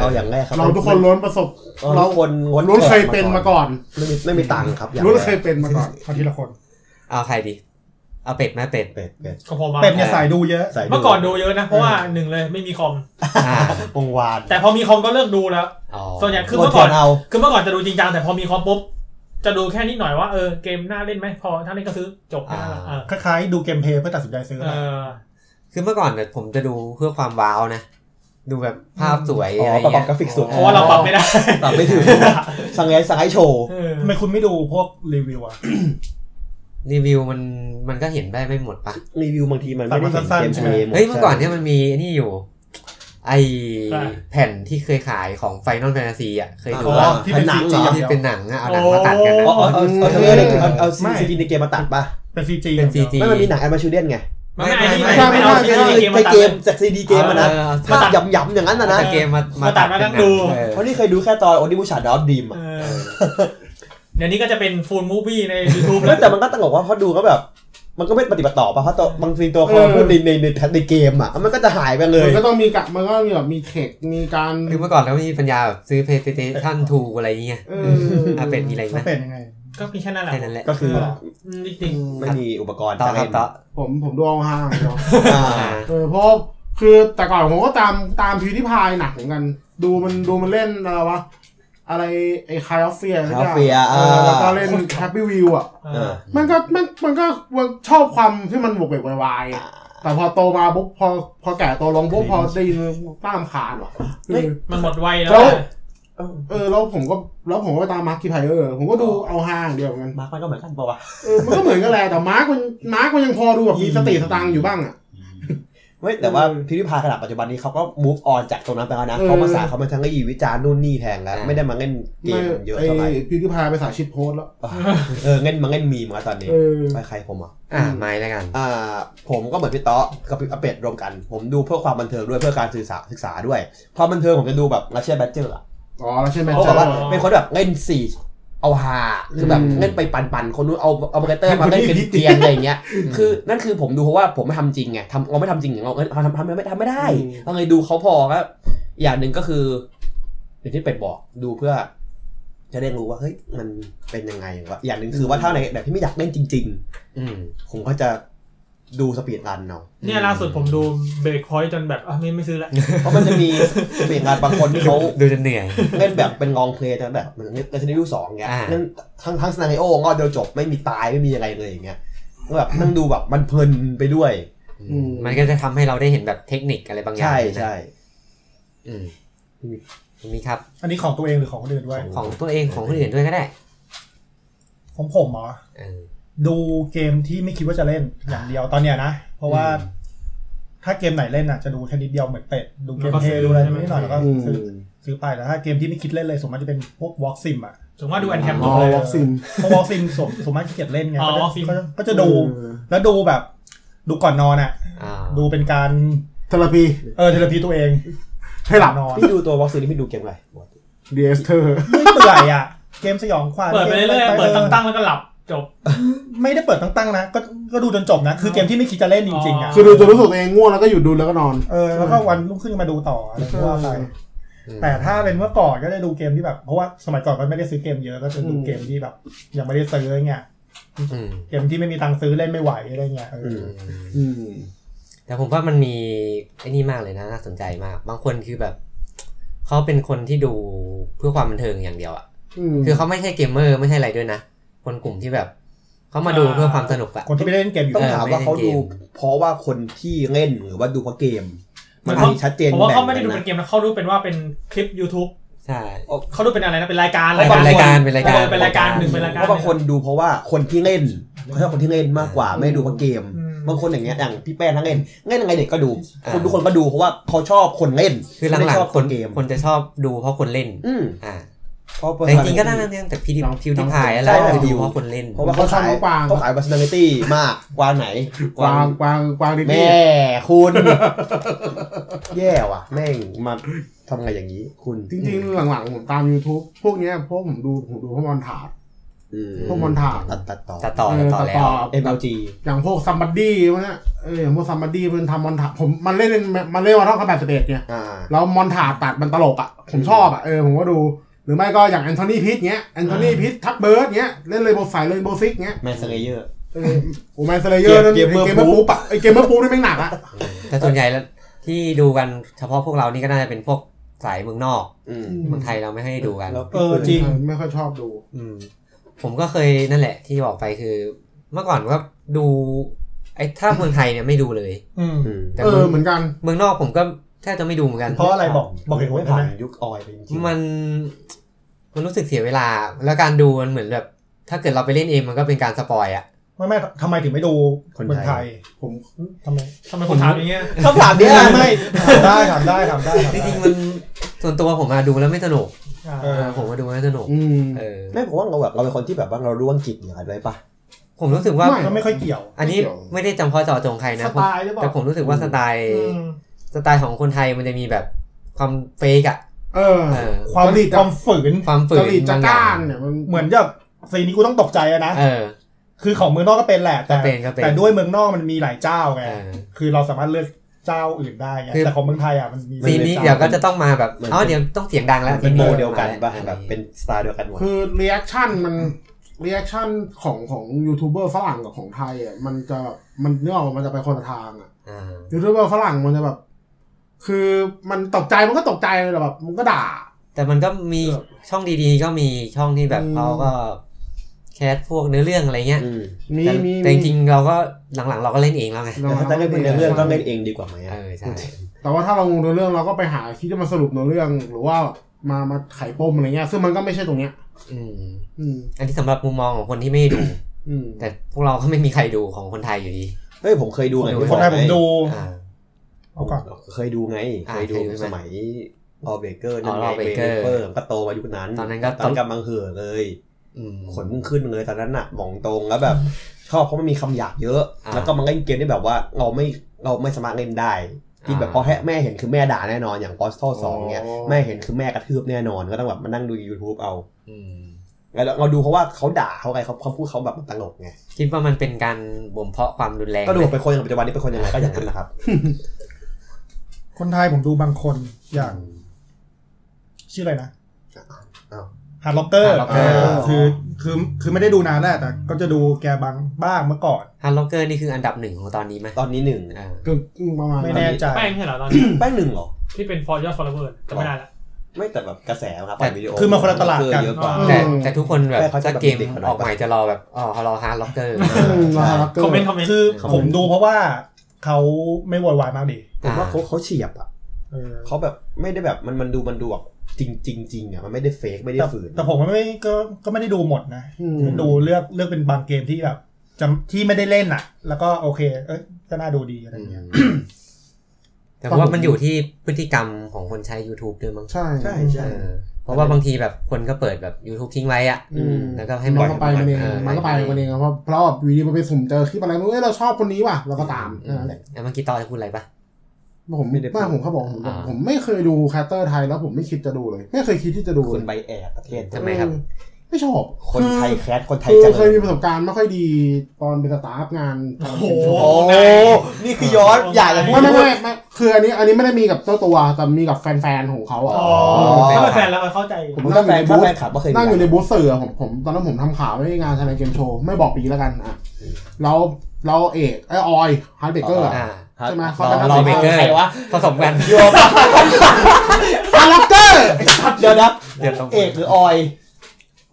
S4: เอาอย่างแรกครับ
S2: เราทุกคนล้วนประสบ
S4: เรา
S2: เรา
S4: ทุกคนงด
S2: ล้วนเคยเป็นมาก่อน
S4: ไม่มีไม่มีตังค์ครับอย่าง
S2: ล้วน
S4: แรก
S2: เคยเป็นมาก่อน
S5: เอาทีละคน
S1: เอาใครดี เอาเป็ดไหมเป็ด
S4: เป็ดเป็ด
S3: ของผมอะ
S5: เป็ดเนี่ยสายดูเยอะ
S4: ใส่
S3: เมื่อก่อนดูเยอะนะ เพราะว่าหนึ่งเลยไม่มีคอม
S1: อ่าว
S4: งวาน
S3: แต่พอมีคอมก็เลิกดูแล้ว
S1: อ๋อ
S3: ส่วนใหญ่คือ
S4: โด
S3: เมื่อ
S4: เที
S3: ก่อย น
S4: นเอา
S3: คือเมื่อก่อนจะดูจริงจังแต่พอมีคอมปุ๊บ จะดูแค่นิดหน่อยว่าเออเกมน่าเล่นไหมพอถ้าเล่นก็ซื้อจบแค่นั้นแหละเออ
S5: คล้ายๆดูเกมเพลย์เพื่อตัดสินใจซื้อ
S3: เอ
S5: นะ
S3: อ
S1: คือเมื่อก่อนเนี่ยผมจะดูเพื่อความว้าวนะ ดูแบบภาพสวย
S4: อ๋อ
S1: อะไร
S4: ประกอ
S1: เงี้
S4: บ
S1: ย
S4: กราฟิกสวย
S3: เพราะว่าเราปรับไม่ได้
S1: ปรับไม่ถึง
S4: สัง [laughs] ไงสังไงโชว์
S3: เออ
S5: ทำไมคุณไม่ดูพวกรีวิวอะ
S1: รีวิวมันมันก็เห็นได้ไม่หมดปะ
S4: รีวิวบางทีมันไม่ได้เห็น
S5: สั้น
S4: เกม
S5: ๆใช่ไหม
S4: เพลย์หด
S1: เฮ้ยเมื่อก่อนเนี่ยมันมีไอ้นี่อยู่ ไอแผ่นที่เคยขายของไฟนอลแฟนตาซีอ่ะเคยดู
S5: อ๋อ
S1: ว่า
S5: ที่เป็น
S4: หนัง
S5: ซี
S4: เหรอ
S5: จีอย่าง
S1: ที่
S5: เดียว
S1: เป็นหนังอะเอาหนังมาตัดกัน
S4: อ๋อ
S1: นะ
S4: เอาเอาเอาเธอในเอาเอา
S5: ไม่
S4: ซีจีในเกมมาตัดป่ะ
S5: เป็นซีจี
S1: เป็น CG
S4: ไม่มันมีหนังแอนิเมชันเด่นไง
S3: มันไม่ไอ้นี่
S1: ไม่
S3: ไม่
S1: ไม่
S3: ไม่เอาซีรีส์เกม
S4: ใน
S3: มาตัด
S4: เกมจากซีดีเกมมานะ
S1: เออ
S4: ภาพหยำๆอย่างนั้นนะนะ
S1: แต่เกมมา
S3: มาตัดมานั่งดู
S1: เออ
S4: เพราะนี่เคยดูแค่ตอนโอนิบูชาดอฟดีม
S3: เออเดี๋ยวนี้ก็จะเป็นฟูลมูฟวี่ใน YouTube แล้ว
S4: แต่มันก็ตลกว่าพอดูก็แบบ มันก็ไม่ปฏิบัติต่อป่ะเพราะตัวบางทีตัวคนพูดในในในในเกมอ่ะมันก็จะหายไปเลย
S2: มันก็ต้องมีกะมันก็มีแบบมีเทค มีการ
S1: คือเมื่อก่อนแล้วมีปัญญาแบบซื้อ PlayStation 2 อะไรเงี้ย
S2: เออ
S1: เอาเป็ดมีอะไรไหม
S5: เขาเป็นยังไง
S3: ก็มีแค่นั้นแหละ
S1: แค่นั้นแหละ
S4: ก็คือ
S3: อืมจริง
S4: ไม่มีอุปกรณ์
S1: ต่อค
S4: การ
S1: รับ
S4: เล่น
S1: ต่อ
S2: ผมผมดูเอาห้างเนาะ
S4: อ่า
S1: อ่า
S2: เออเพราะคือแต่ก่อนผมก็ตามตามพิวที่พายหนักเหมือนกัน ดูมันดูมันเล่นอะไรวะ อะไรไอ้คายออฟเฟีย
S4: คาเฟ่อ่ะ
S2: เออแล้วก็เล่นแฮปปี้วิวอ่ะ
S3: ๆเอ
S4: เอ
S3: อ
S4: อ
S2: มันก็มันมันก็ชอบความที่มันบวกเวกวายๆอะแต่พอโตมาปุ๊บพอพอแก่โตลงปุ๊บพอได้ยินต้ามคานว่ะ
S4: เฮ้ย
S3: มันหมดวัยแล้ว
S2: แล้ว
S3: อะ
S2: เออแล้วผมก็แล้วผมก็ไปตามมาร์คคิไพเออร์ผมก็ดูเอาห้างเดียวกัน
S4: มาร์คมันก็เหมือนกันปะวะ
S2: เออมันก็เหมือนกันแหละแต่มาร์คมันมาร์คมันยังพอดูแบบมีสติสตังค์อยู่บ้างอ่ะ
S4: เว้ยแต่ว่า
S2: เออ
S4: พิพิธภัณฑ์ขนาดปัจจุบันนี้เขาก็ move on จากตรงนั้นไปแล้วนะ
S2: เออ
S4: เขามาสายเขามาทั้งยีวิจารณ์นู่นนี่แทงแล้ว ไม่ได้มาเล่นเกมเยอะ
S2: ไอ้
S4: เท่าไหร่
S2: พิวที่พายไปสายชิดโพสต์แล้ว
S4: เออเล่นมาเล่นมีมาตอนนี้
S2: เออ
S4: ใครใครผมเหรอ่ะ
S1: อ่าไม้แล้วกัน
S4: อ่าผมก็เหมือนพี่ต๊อกับพี่อเป็ดรวมกัน ผมดูเพื่อความบันเทิงด้วยเพื่อการศึกษาศึกษาด้วยพอบันเทิงผมจะดูแบบราเชียแบทเจอร์อ่ะ
S2: อ๋อแล้วใช่ไหม
S4: เขา
S2: เจ
S4: บอก
S2: อ
S4: ว่าเป็นคนแบบเล่นสี่เอาฮาคือแบบ
S2: อืม
S4: เล่นไปปันๆคนนู้นเอาเอามาเกเตอ [laughs] ร์มาเล่นเป็น
S2: คนนี้
S4: เตียนอะไรอย่างเงี้ยคือนั่นคือผมดูเพราะว่าผมไม่ทำจริงไงทำเราไม่ทำจริงเราเราทำทำไม่ทำไม่ได้ เราเลยดูเขาพอก็อย่างหนึ่งก็คืออย่างที่เป็ดบอกดูเพื่อ จะได้รู้ว่าเฮ้ยมันเป็นยังไงวะอย่างหนึ่งคือว่าถ้าในแบบที่ไม่อยากเล่นจริง
S1: อืม
S4: ๆ ผมก็จะดูสปีดรัน [laughs] เอา
S3: เนี่ยล่าสุดผมดูเบรกพอยต์จนแบบอ่ะไม่ไม่ซื้อละ
S4: เพราะมันจะมีสปีดรันบางคนที่เขา
S1: ดูจะเหนื่อย
S4: เล่นแบบเป็นลองเพลย์แต่แบบเหมือนเรซิเดนสองเงี้ย
S1: อ่า
S4: นั่นทั้งทั้งสนาริโอก็เดียวจบไม่มีตายไม่มีอะไรเลยอย่างเงี้ยก็แบบนั่งดูแบบมันเพลินไปด้วย
S2: อืม
S1: มันก็จะทำให้เราได้เห็นแบบเทคนิคอะไรบางอย่าง
S4: ใช่
S1: นะ
S4: ใช่
S1: อืมตรงนี้ครับ
S5: อันนี้ของตัวเองหรือของคนอื่นด้วย
S1: ของตัวเองของคนอื่นด้วยก็ได้
S5: ของผมเหรอ
S1: เออ
S5: ดูเกมที่ไม่คิดว่าจะเล่นอย่างเดียวตอนเนี้ยนะ เพราะว่า
S1: อืม
S5: ถ้าเกมไหนเล่นอ่ะจะดูแค่นิดเดียวเหมือนเป็ดดูเกมเพล
S3: แล้วก็ซื้อ
S5: ย์ดูอะไร
S3: ใช่ไหม
S5: นิดหน่อยแล้วก็
S2: อืม
S5: ซื้อซื้อไปแต่ถ้าเกมที่ไม่คิดเล่นเลยส่วนมากจะเป็นพวกวอล์กซิมอ่ะ
S3: ถึงว่าดูแอนแทม
S2: อ๋อ
S3: เลย
S2: วัคซีน
S5: เพราะวอล์กซิมส่วนส่วนมากขี้เกียจเล่นไง
S3: อ๋อ
S5: ก็จะ
S3: Walk Sim
S5: ก็จะก็จะดู แล้วดูแบบ ดูก่อนนอนอ่ะ
S1: อ่า
S5: ดูเป็นการ
S2: เทลปี
S5: เออเทเลพีตัวเอง
S2: ให้หลับ
S5: นอน
S4: พี่ดูตัววอลซีนี่พี่ดูเกมอะไร
S2: เดียสเตอร์
S5: ไม่เปื่อยอ่ะ เกมสยองขวัญ
S3: เปิดไปเรื่อยๆเปิดตั้งๆแล้วก็หลับจบ
S5: ไม่ได้เปิดตั้งๆนะก็ก็ดูจนจบนะคือเกมที่ไม่คิดจะเล่นจริงๆอ่ะ
S2: คือดูจนรู้สึกตัวเองง่วงแล้วก็หยุดดูแล้วก็นอน
S5: เออแล้วก็วันรุ่งขึ้นมาดูต่ออะไรก็ว่าไป
S2: เออ
S5: แต่ถ้าเป็นเมื่อก่อนก็ได้ดูเกมที่แบบ เพราะว่าสมัยก่อนก็ไม่ได้ซื้อเกมเยอะก็จะดูเกมที่แบบ ยังไม่ได้ซื้ออะไรเงี้ย
S1: อืม
S5: เกมที่ไม่มีตังค์ซื้อเล่นไม่ไหวอะไรเงี้ยเออ
S4: อื
S5: อ
S4: ม
S2: อืม
S1: แต่ผมว่ามันมีไอ้นี่มากเลยนะน่าสนใจมาก บางคนคือแบบเขาเป็นคนที่ดูเพื่อความบันเทิงอย่างเดียวอ่ะ
S2: อืม
S1: คือเขาไม่ใช่เกมเมอร์ไม่ใช่อะไรด้วยนะ คนกลุ่มที่แบบเขามาดูเพื่อความสนุกอะ
S5: คนที่ไม่ได้เล่นเกมอยู่
S4: ต้อง
S1: เ
S4: ถามว่าเขาดู เพราะว่าคนที่เล่นหรือว่าดูเพราะเกม มัน
S3: มัน
S4: มีชัดเจน
S3: ผมว่าเขา
S4: แบ่
S3: ไม่
S4: ง
S3: ได้ดู
S4: กั
S3: เป็น น
S4: นะ
S3: เกมนะเขาดูเป็นว่าเป็นคลิป YouTube
S1: ใช่
S3: เขาดูเป็นอะไรนะเป็นรายการ
S1: เป็นรายการเป็นรายการ
S3: ออเป็นรายการหนึ่งเป็นราย
S4: เพ
S3: การ
S4: ราะบางคนดูเพราะว่าคนที่เล่นเขาชอบคนที่เล่นมากกว่าไม่ได้ดูเพราะเกม
S3: อืม
S4: บ บางคนอย่างเงี้ยอย่างพี่แป้นนักเล่นเล่นยังไงเด็กก็ดู คนทุกคนก็ดูเพราะว่าเขาชอบคนเล่น
S1: คือหลั
S4: ไม่
S1: ง
S4: ชอบ
S1: ๆ
S4: ค
S1: คน น
S4: เกม
S1: คนจะชอบดูเพราะคนเล่น
S4: อืม
S1: อ่า
S4: เพราะ
S1: แต่จริงๆก็น่าเนี่ยแต่พี่ดิ
S2: ต้อง
S1: พิวที่พาย
S4: ต้อง
S1: แล้
S4: ใช่
S1: วแต่
S4: ต้องดู
S1: ดูเพราะคนเล่น
S4: เพราะว่าเขาขาย
S2: เขาชอบน้องกวาง
S4: เขาขาย personality มากกวางไหน
S2: กวางกวางกวางดิสนี
S4: แม่
S2: ย์
S4: คุณ แย่ว่ะ แม่งมาทำไงอย่างนี้ คุณ
S2: จริงๆ หลังๆ ผมตาม YouTube พวกเนี้ยพวกผมดูผมดูพวกมอนถาด
S4: อืม
S2: พวกมอนถาด
S4: ตัดตัดต่อ
S1: ตัดต่อ
S2: เ
S1: ตัดต่อแล้ว
S4: MLG
S2: อย่างพวกซัมบัดดี้พวกเนี้ยเอออย่างพวกซัมบัดดี้มันทำมอนถาดผมมันเล่นเป็นมันเล่นวันท่องคาแปดสิบเอ็ดเนี่ย
S4: อ่า
S2: แล้วมอนถาดตัดมันตลกอ่ะ ผมชอบอ่ะ เออ ผมก็ดู หรือไม่ก็อย่างแอนโทนีพิทเงี้ยแอนโทนีพิททักเบิร์ดเงี้ย เล่นเลยโบสายเลยโบซิกเงี้ย
S4: แมนสเลเยอร์
S2: เออโอ้แมนสเลเยอร์นั่น
S4: เกมเมอร์
S2: ไอ้เกมเมอร์
S4: ปู๊
S2: ปู
S4: ป
S2: ปะไอเกมเมอร์ปูนี่แม่งหนักอ่ะ
S1: แต่ส่วนใหญ่แล้วที่ดูกันเฉพาะพวกเรานี่ก็น่าจะเป็นพวกสายเมืองนอก
S4: อืม
S1: เมืองไทยเราไม่ให้ดูกัน
S4: แล้ว
S5: เออจริง
S2: ไม่ค่อยชอบดู
S1: อืมผมก็เคยนั่นแหละที่บอกไปคือ เมื่อก่อนก็ดูไอ้ถ้าเมืองไทยเนี่ยไม่ดูเลย
S5: อืม
S4: อืม
S1: แต่
S2: เอ
S1: เมื
S2: อ
S1: อง
S2: เหมือนกัน
S1: เมืองนอกผมก็แทบจะไม่ดูเหมือนกัน
S5: เพราะอะไรบอกบอกเหตุผล
S4: ไม่
S5: ได้
S4: ผ่าน
S5: ไหม
S4: ยุคออยไปจริงๆ
S1: มันมันรู้สึกเสียเวลา แล้วการดูมันเหมือนแบบ ถ้าเกิดเราไปเล่นเองมันก็เป็นการสปอยอะ
S5: ไม่ไม่ทำไมถึงไม่ดูเมืองไทย
S2: ผม
S5: ทำไม
S3: ทำไมคนถามอย่างเงี้ย
S4: คำถามเนี้ย
S5: ไม่ไม่ถามได้ถามได้ถามได้ถาม
S1: จ
S5: ได้
S1: ริงๆมันส่วนตัวผมมาดูแล้วไม่สนุก
S3: อ่า
S5: เออ
S1: เออผมมาดูแล้วไม่สนุก
S2: อืม
S1: เออ
S4: ไม่ผมว่าเราแบบเราเป็นคนที่แบบว่าเรารู้อังกฤษอย่างไรปะ
S1: ผมรู้สึกว่า
S2: ไม่
S5: ก็ไม่ค่อยเกี่ยว
S1: อันนี้
S2: ไม่เกี่ยว
S1: ไม่ได้จำเพาะเจาะจงใคร
S5: ส
S1: นะ
S5: ไตล์หรือเปล่า
S1: แต่ผมรู้สึกว่าสไตล์
S5: อืม
S1: สไตล์ของคนไทยมันจะมีแบบความเฟกอะ
S2: เออ
S1: เออ
S5: ความ
S2: จริตอะ
S5: ความฝืน
S1: ความฝืน
S2: เกาหลีจะ
S1: บางอย่า
S2: ก้าง นเนี่ยมัน
S5: เหมือนแบบซีนนี้กูต้องตกใจอะนะ
S1: เออ
S5: คือของเมืองนอกก็เป็นแหละ แต่
S1: ก็เป็นก็เป็น
S5: แต่ด้วยเมืองนอกมันมีหลายเจ้าไง
S1: เออ
S5: คือเราสามารถเลือกเจ้าอื่นได้ไง
S1: คือ
S5: แต่ของเมืองไทยอ่ะมันมี
S1: ซีนนี้เดี๋ยวก็จะต้องมาแบบ
S4: เหมือน
S1: อ๋อเดี๋ยวต้องเสียงดังแล้ว
S4: เป็
S1: ซี
S4: นโมเดียวกันปะ
S1: มาล้ว
S4: แบบเป็นสไตล์เดียวกันหมด
S2: คือรีแอคชั่นมันรีแอคชั่นของของยูทูบเบอร์ฝรั่งกับของไทยอ่ะมันจะมันเนื้ออกมามันจะไปคนละทางอ่ะ
S1: อ่า
S2: ยูทูบเบอร์ฝรั่งมันจะแบบ คือมันตกใจมันก็ตกใจแต่แบบมันก็ด่า
S1: แต่มันก็มีช่องดีๆ ก็มีช่องที่แบบ
S2: อืม
S1: เขาก็แคสพวกเนื้อเรื่องอะไรเงี้ย
S4: อืม
S2: มี
S1: แต่
S2: มี
S1: แต่จริงๆเราก็หลังๆ เราก็เล่นเองแล้วไง
S2: มี
S4: แต่ถ้าจะเล่นเป็นเนื้อเรื่องต้องเล่นเองดีกว่าไหม
S1: เอ
S4: อะ
S1: อใช่
S2: แต่ว่าถ้าเรางงเนื้อเรื่องเราก็ไปหาที่จะมาสรุปเนื้อเรื่อง หรือว่ามามาไขปมอะไรเงี้ย ซึ่งมันก็ไม่ใช่ตรงเนี้ย
S1: อืม
S2: อืม
S1: อันนี้สำหรับมุมมองของคนที่ไม่ดู
S2: อืม
S1: แต่พวกเราก็ไม่มีใครดูของคนไทยอยู่ดี
S4: เฮ้ยผมเคยดูไง
S5: คนไทยผมดู
S1: อ่า
S5: เอาก่อน
S4: เคยดูไง
S1: อ่า
S4: เคยดู
S1: เคยดูใช่
S4: ส
S1: ไหม
S4: มัยออเบเกอร์
S1: อ๋
S4: นั่
S1: อน
S4: ไง
S1: Law
S4: เบ
S1: Breaker
S4: เกอร์ก็โตมายุคนั้น
S1: ตอนนั้นก็
S4: ตอนกำลังเห่อเลย
S1: อืม
S4: ขนมึงขึ้นเลยตอนนั้นน่ะมองตรงแล้ว
S1: [laughs]
S4: แบบชอบเพราะมันมีคำหยาบเยอะ
S1: อ่า
S4: แล้วก็มันเล่นเกมที่แบบว่าเราไม่เราไม่สามารถเล่นได้ ที่แบบ
S1: อ่า
S4: พอแแม่เห็นคือแม่ด่าแน่นอนอย่าง p o s t a l 2เนี่ยแม่เห็นคือแม่กระทืบแน่นอนก็ต้องแบบมานั่งดู YouTube เอา
S1: อืม
S4: แล้วเราดูเพราะว่าเขาด่าเขาอะไรเขาเขาพูดเขาแบบตลกไง
S1: คิดว่ามันเป็นการบ่มเพาะความรุนแรง
S4: ก็ดู
S1: ไหม
S4: เป็นคนอย่างปัจจุบันนี้เป็นคนยังไงก็อย่างนั้นแหละครับ
S5: คนไทยผมดูบางคนอย่างชื่ออะไรนะ
S4: อ้าว
S5: ฮาร์ล็อกเกอร์
S1: Hard Locker
S5: คือคือคือไม่ได้ดูนานแล้วแต่ก็จะดูแกบางบ้างเมื่อก่อน
S1: ฮันล็อกเกอร์นี่คืออันดับหนึ่งของตอนนี้ไหม
S4: ตอนนี้หนึ่ง
S1: อ่า
S2: ก็ประมาณ
S5: ไม่
S2: นั้น
S5: แน่ใจ
S3: แป้งใช่เหรอตอนนี้
S4: แป้งหนึ่งเหรอ
S3: ที่เป็นฟอร์ยอดฟอลเวอร์จำไม่ได้ละ
S4: ไม่แต่แบบกระแสครับปล่อยวิดีโอ
S5: คือมันคนละตลาดกัน
S4: เยอะกว่า
S2: อืม
S1: แต่แต่ทุกคนแบบ
S4: แต่เขาจะ
S1: ถ้าเกม
S4: แบบเด็กๆเขาหน่อย
S1: ออกใหม่จะรอแบบอ๋อเขารอฮาร์ดล็อกเกอร์
S2: อืมราคาล็กก
S3: ค
S2: ร์
S3: อมเมนต์คอมเมนต์
S5: คือ
S4: ครับ
S5: ผมดูเพราะว่าเขาไม่โวอยวายมากดิ
S4: ผมว่าเขาเขาเฉียบอ่ะ
S5: เออ
S4: เขาแบบไม่ได้แบบมันมันดูมันดูแบบจริงจริงจริงอ่ะมันไม่ได้เฟกไม่ได้
S5: แต่
S4: ฝืน
S5: แต่ผมก็ไม่ก็ก็ไม่ได้ดูหมดนะ
S2: อืม
S5: ผมดูเลือกเลือกเป็นบางเกมที่แบบจำที่ไม่ได้เล่นอ่ะ แล้วก็โอเค เอ้ยก็น่าดูดีอะไรเงี้ย
S1: แต่ว่ามันอยู่ที่พฤติกรรมของคนใช้ YouTube ด้วยมั้ง
S2: ใช่
S4: ใช่ใช่
S1: เออเพราะว่าบางทีแบบคนก็เปิดแบบ YouTube ทิ้งไว้อะ
S2: อืม
S1: แล้วก็ให้
S2: มันก็
S1: ป
S2: ไป
S1: ล่อย
S2: มันเอง
S1: เออ
S2: มันก็ไปมันเองครับเพราะเพราะแบบอยู่ดีมันไปสุ่มเจอคลิปอะไรไม่รู้เอ้ยเราชอบคนนี้ว่ะเราก็ตาม
S1: อื
S2: แค่
S1: ม
S2: นั่นแหละ
S1: แล้วเมื่อกี้ตอนพูดอะไรปะ
S2: ผม
S4: ไม่
S2: ไม่
S4: ได้พูด
S2: ผมเขาบอกผม
S1: อ่า
S2: ผมไม่เคยดูคาเตอร์ไทยแล้วผมไม่คิดจะดูเลย ไม่เคยคิดที่จะดู
S4: ค
S2: เล
S4: น
S2: ย
S4: ใบแอบประเทศ
S1: ทำไมครับ
S2: เออไม่ชอบ
S4: คนไทยแคสคนไทย
S2: คือ
S4: จั
S2: คื
S4: ง
S2: อเคยมีประสบการณ์ไม่ค่อยดีตอนเป็นสตาฟงาน
S3: โอ้โห
S4: โอ้โหนี่คือย้อน อยากจะพูด
S2: ไม่ไม่ไม่ไม่คืออันนี้อันนี้ไม่ได้มีกับเจ้าตัวแต่มีกับแฟนๆของเขาอ่ะ
S3: อ๋อถ้าเป็นแฟนแล้วเข้าใจอยู่
S2: ผม
S4: ผม
S2: นั่
S4: ก็
S2: งอยู่
S4: แฟนถ้าแฟ
S2: ในบูธ
S4: นคลับก็เคย
S2: นั่งอยู่ใน
S4: มี
S2: บูธสื่ออะผมผมตอนนั้นผมทำข่าวไว้ในงานทนายเกมโชว์ไม่บอกปีแล้วกันอ่ะแล้วเราเอกไอออยฮาร์ดเบเกอร์
S1: อ่า
S2: ใช่ไหม
S4: ค
S2: เขา
S4: รับ
S2: เป็นนัก
S1: รอ
S2: ศึ
S1: เบ
S2: กษา
S1: เกอร์
S4: ใครวะ
S1: ผสมกัน
S4: โยม
S2: ฮาร์ดล็ [laughs] อกเกอร์
S4: เดี๋ยวนะ
S1: เดี๋ยวต้อง
S4: เอกหรือออย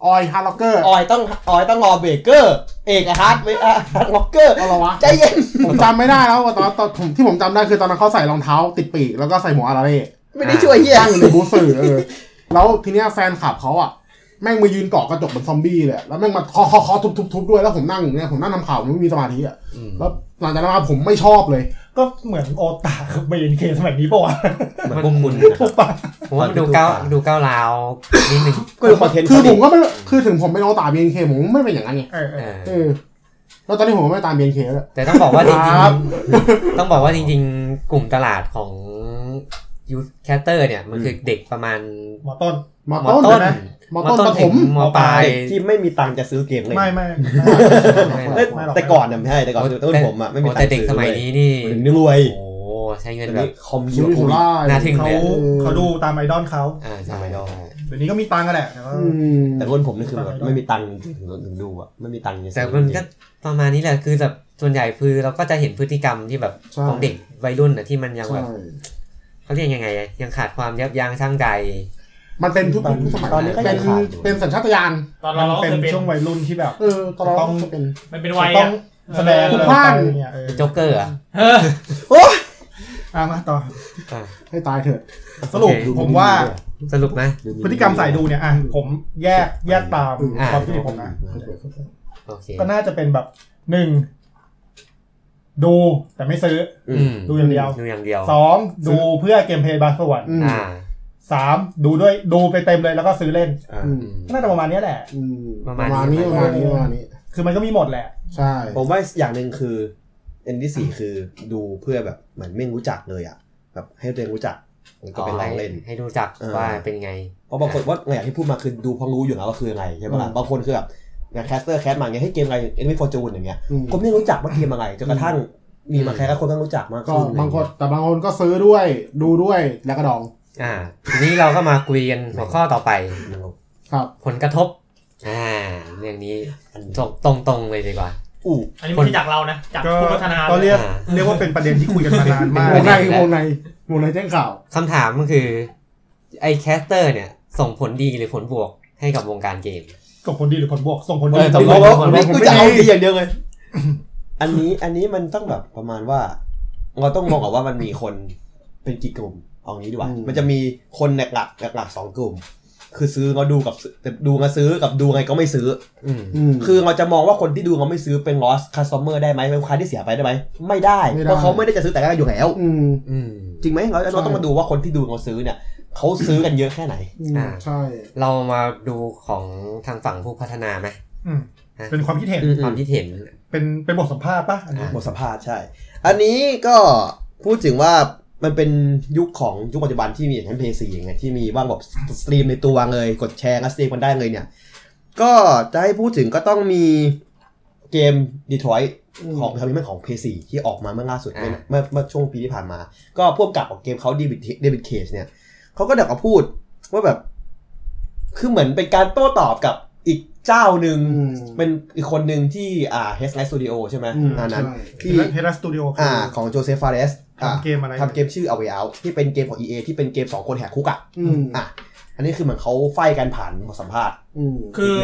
S2: ออยฮาร์ดล็อกเกอร์
S4: ออยต้องออยต้องรอเบรกเกอร์ เอกอะฮาร์ดไว้อะฮาร์ดล็อกเกอร์
S2: เอาละวะ
S4: ใจเย็น
S2: ผมจำไม่ได้แล้วว่าตอนตอนผมที่ผมจำได้คือตอนนั้นเขาใส่รองเท้าติดปีกแล้วก็ใส่หมวกอาราเร่
S4: ไม่ได้ช่วยเฮีย
S2: ตั้งอยู่ในบูธสื่อเออแล้วทีเนี้ยแฟนคลับเขาอ่ะ แม่งมายืนเกาะกระจกเหมือนซอมบี้เลยอะแล้วแม่งมาเคาะเคาะเคาะทุบทุบทุบด้วยแล้วผมนั่งอยู่เนี่ยผมนั่งทำข่าวมันไม่มีสมาธิอ่ะ
S1: อืม
S2: แล้วหลังจากนั้นมาผมไม่ชอบเลย
S5: ก็เหมือนโอตากับเบนเคสมัยนี้ปะวะ
S1: เหมือน
S4: มัน
S1: พวกคุณ
S5: ถูกปะ
S1: ผมว่ามันดูก้าวดูก้าวราวนิดนึง
S4: ก็คือคอนเทนต์
S2: คือ
S4: เขา
S2: ผ
S4: ดิ
S2: มก็ไม่คือถึงผมไม่น้องตามเบนเคผมไม่เป็นอย่างนั้นไง
S5: เออเอ
S1: เอ
S5: อ
S1: อ
S2: เออแล้วตอนนี้ผมก็ไม่ตามเบนเคแล้ว
S1: แต่ต้องบอกว่าจริง
S2: ครับ
S1: ๆต้องบอกว่าจริงๆ กลุ่มตลาดของยูแคสเตอร์เนี่ย มันคือเด็กประมาณ
S5: หมอต้น
S2: มาม ต้น
S1: ต้น
S2: นะมาม ต้นป
S1: ถึ
S2: ฐ
S1: ง
S2: ม
S1: มปลาย
S4: ที่ไม่มีตังค์จะซื้อเกมเลย
S5: ไม่ไม่
S4: เอ้ย
S5: ไม่หรอก
S4: แต่ก่อนนะไม่ใช่แต่ก่อนต้นผมอะไม่มี
S1: โอ้
S4: ตัง
S1: แต่
S4: ค์
S1: เด็ก
S4: ซื้อ
S1: สมัย
S4: เล
S1: นี้นี่
S4: ถึงนี่รวย
S1: โอ้โหใช้เงิน
S4: เดี๋ยว
S1: แบบ
S4: นี้คอม
S2: ยู
S4: เยอะ
S2: นิโคล่า
S1: น่าทึ่ง
S5: เขาเขาดูตามไอดอลเขา
S1: อ่า
S4: ส
S1: ใช่
S4: มัยนั้น
S5: เดี๋ยวนี้ก็มีตังค์กันแหละแต่ว่า
S2: อืม
S4: แต่รุ่นผมนี่คือแบบไม่มีตังค์ถึงถึงดูอะไม่มีตังค์จะซื้อ
S1: แต่มันก็ประมาณนี้แหละคือแบบส่วนใหญ่คือเราก็จะเห็นพฤติกรรมที่แบบของเด็กวัยรุ่นน่ะที่มันยัง
S2: ใช่
S1: แบบเขาเรียกยังไงอะยังขาดความยับยั้งชั่งใจ
S2: มันเป็นทุกยุคทุกสมัย
S4: ตอนนี้ก็
S2: เป็
S4: ยั
S2: น
S4: งขาดอยู่
S2: เป็นสัญชาตญาณ
S3: ตอน
S5: มั
S3: เรา
S5: น
S3: เราก็
S5: เป็น
S3: เคยเป็น
S5: ช่วงวัยรุ่นที่แบบ
S2: เออตอนเราก็จะเป็น
S3: มันเป็นวัย
S5: ต้อ
S3: อะ
S5: งแสดง
S3: เออ
S5: อะไร
S2: พลาด
S5: ไปเนี่ยเออ
S1: โจ๊กเกอร์อะ
S3: เออ
S5: อ่ะมาต่อ
S1: อ่ะ
S2: ให้ตายเถอะ
S5: สรุป
S1: โอเค
S5: ผมว่า
S1: สรุปไหม
S5: พฤติกรรมสายดูเนี่ยอ่ะผมแยกแยกตาม
S1: อ่า
S5: ความคิดเห็นผมนะ
S1: โอเค
S5: ก็น่าจะเป็นแบบหนึ่งดูแต่ไม่ซื้อ
S4: อืม
S1: อืม
S5: ดูอย่างเดียว
S1: ดูอย่างเดียว
S5: สองดูเพื่อเกมเพลย์บางส่วน
S2: อืม
S1: อ่า
S5: สามดูด้วยดูไปเต็มเลยแล้วก็ซื้อเล่น
S4: อ่า
S2: อืม
S5: ก็น่าจะประมาณเนี้ยแหละ
S2: อืม
S1: ประ
S2: ประมา
S1: มา
S2: ณ
S1: ณ
S2: นี้
S1: นี้
S2: ประมาณนี้ประมาณนี้
S5: คือมันก็มีหมดแหละ
S2: ใช่
S4: ผมว่าอย่างหนึ่งคืออันที่สี่คือดูเพื่อแบบเหมือนไม่รู้จักเลยอ่ะแบบให้ตัวเองรู้จักมันก็
S1: ก็เป็นล
S4: ไปลอ
S1: อง ง
S4: เล่
S1: เล่
S4: น
S1: นให้รู้จัก
S4: เออ
S1: ว่าเป็นไง
S4: เพราะบางคนว่าอย่างที่พูดมาคือดูเพราะรู้อยู่แล้วว่าคืออะไรใช่ปะล่ะบางคนคือแบบอย่างแคสเตอร์แคสมาอย่างเงี้ยให้เกมอะไรเอ็นวีฟอร์จูนอย่างเงี้ย
S2: อืม
S4: ก็ไม่รู้จักว่าเกมอะไรจนกระทั่งมีมาแคสก็คนต้องรู้จักมาก
S2: ก็
S4: ขึ้น
S2: บางคนแต่บางคนก็ซื้อด้วยดูด้วยแล้วก็ดอง
S1: อ่าทีนี้เราก็มาคุยกันหัวข้อต่อไป
S2: ครับ
S1: ผลกระทบ อ่า เรื่องนี้ตรงตรงๆเลยดีกว่า
S4: อู้
S3: อันนี้ไม่ใช่จากเรานะจาก
S5: ก็
S3: ผู้พัฒนา
S5: ก็เรียก
S1: อ่า
S5: เรียกว่าเป็นประเด็นที่คุยกันมานานมาก
S2: วงในวงในวงในแจ้งข่าว
S1: คำถามก็คือ ไอ้แคสเตอร์เนี่ย ส่งผลดีหรือผลบวกให้กับวงการเกม
S5: ส่งผลดีหรือผลบวกส่งผลดี
S1: เออส่งผล
S4: ผม
S1: บ
S4: ว่าก ผ
S1: ผม ม
S4: ไม่
S1: ว่า
S4: กูจะเอาดีอย่างเดียวเลย อันนี้อันนี้มันต้องแบบประมาณว่า เราต้องมองก่อนว่ามันมีคนเป็นกี่กลุ่มเอางี้ดีกว่า
S2: อืม
S4: มันจะมีคนหลักหลักหลักหลักๆสองกลุ่ม คือซื้อเราดูกับแต่ดูเราซื้อกับดูไงก็ไม่ซื้อ
S1: อืม
S2: อืม
S4: คือเราจะมองว่าคนที่ดูเราไม่ซื้อเป็น loss customer ได้ไหมเป็นลูกค้าที่เสียไปได้ไหมไม่ได้
S2: ไม่ได้
S4: เพราะเขาไม่ได้จะซื้อแต่แรกอยู่แล้ว
S2: อืม
S1: อืม
S4: จริงไหมเราเราต้องมาดูว่าคนที่ดูเราซื้อเนี่ยเขาซื้อกันเยอะแค่ไหน
S2: อืม
S1: อ่า
S2: ใช่
S1: เรามาดูของทางฝั่งผู้พัฒนาไหม
S5: อืมเป็นความคิดเห็น
S4: อืม
S1: ความคิดเห็น
S5: เป็นเป็นบทสัมภาษณ์ป่ะอันนี้
S1: อ่ะ
S4: หมดสภาพใช่ อันนี้ก็พูดถึงว่ามันเป็นยุคของยุคปัจจุบันที่มีอย่างเช่นเพย์ซีอย่างเงี้ยที่มีว่างแบบสตรีมในตัวเลย กดแชร์ก็สตรีมกันได้เลยเนี่ย ก็จะให้พูดถึงก็ต้องมีเกม Detroit
S2: อืม
S4: ของทำนี้มันของเพย์ซีที่ออกมาเมื่อล่าสุด
S1: อ่า
S4: เมื่อเมื่อเมื่อช่วงปีที่ผ่านมา ก็พ่วงกับของเกมเขาเดวิดเดวิดเคจเนี่ยเขาก็เดี๋ยวเขาพูดว่าแบบ คือเหมือนเป็นการโต้ตอบกับอีกเจ้าหนึ่ง
S2: อืม
S4: เป็นอีกคนหนึ่งที่อ่าเฮสไลท์สตูดิโอใช่ไหม
S2: อืม
S4: อันนั้น
S2: ใช่
S4: ที่
S5: เฮลัสตูดิโอคื
S4: อ่า
S5: อ
S4: ของโจเซฟฟาเรสอ่า
S5: ทำเกมอะไร
S4: ทำเกมชื่อ A Way Out ที่เป็นเกมของ EA ที่เป็นเกม 2 คนแหกคุกอ่ะ
S2: อืม
S4: อ่ะ อันนี้คือเหมือนเขาไฟกันผ่านบทสัมภาษณ์
S2: อืม
S3: คือ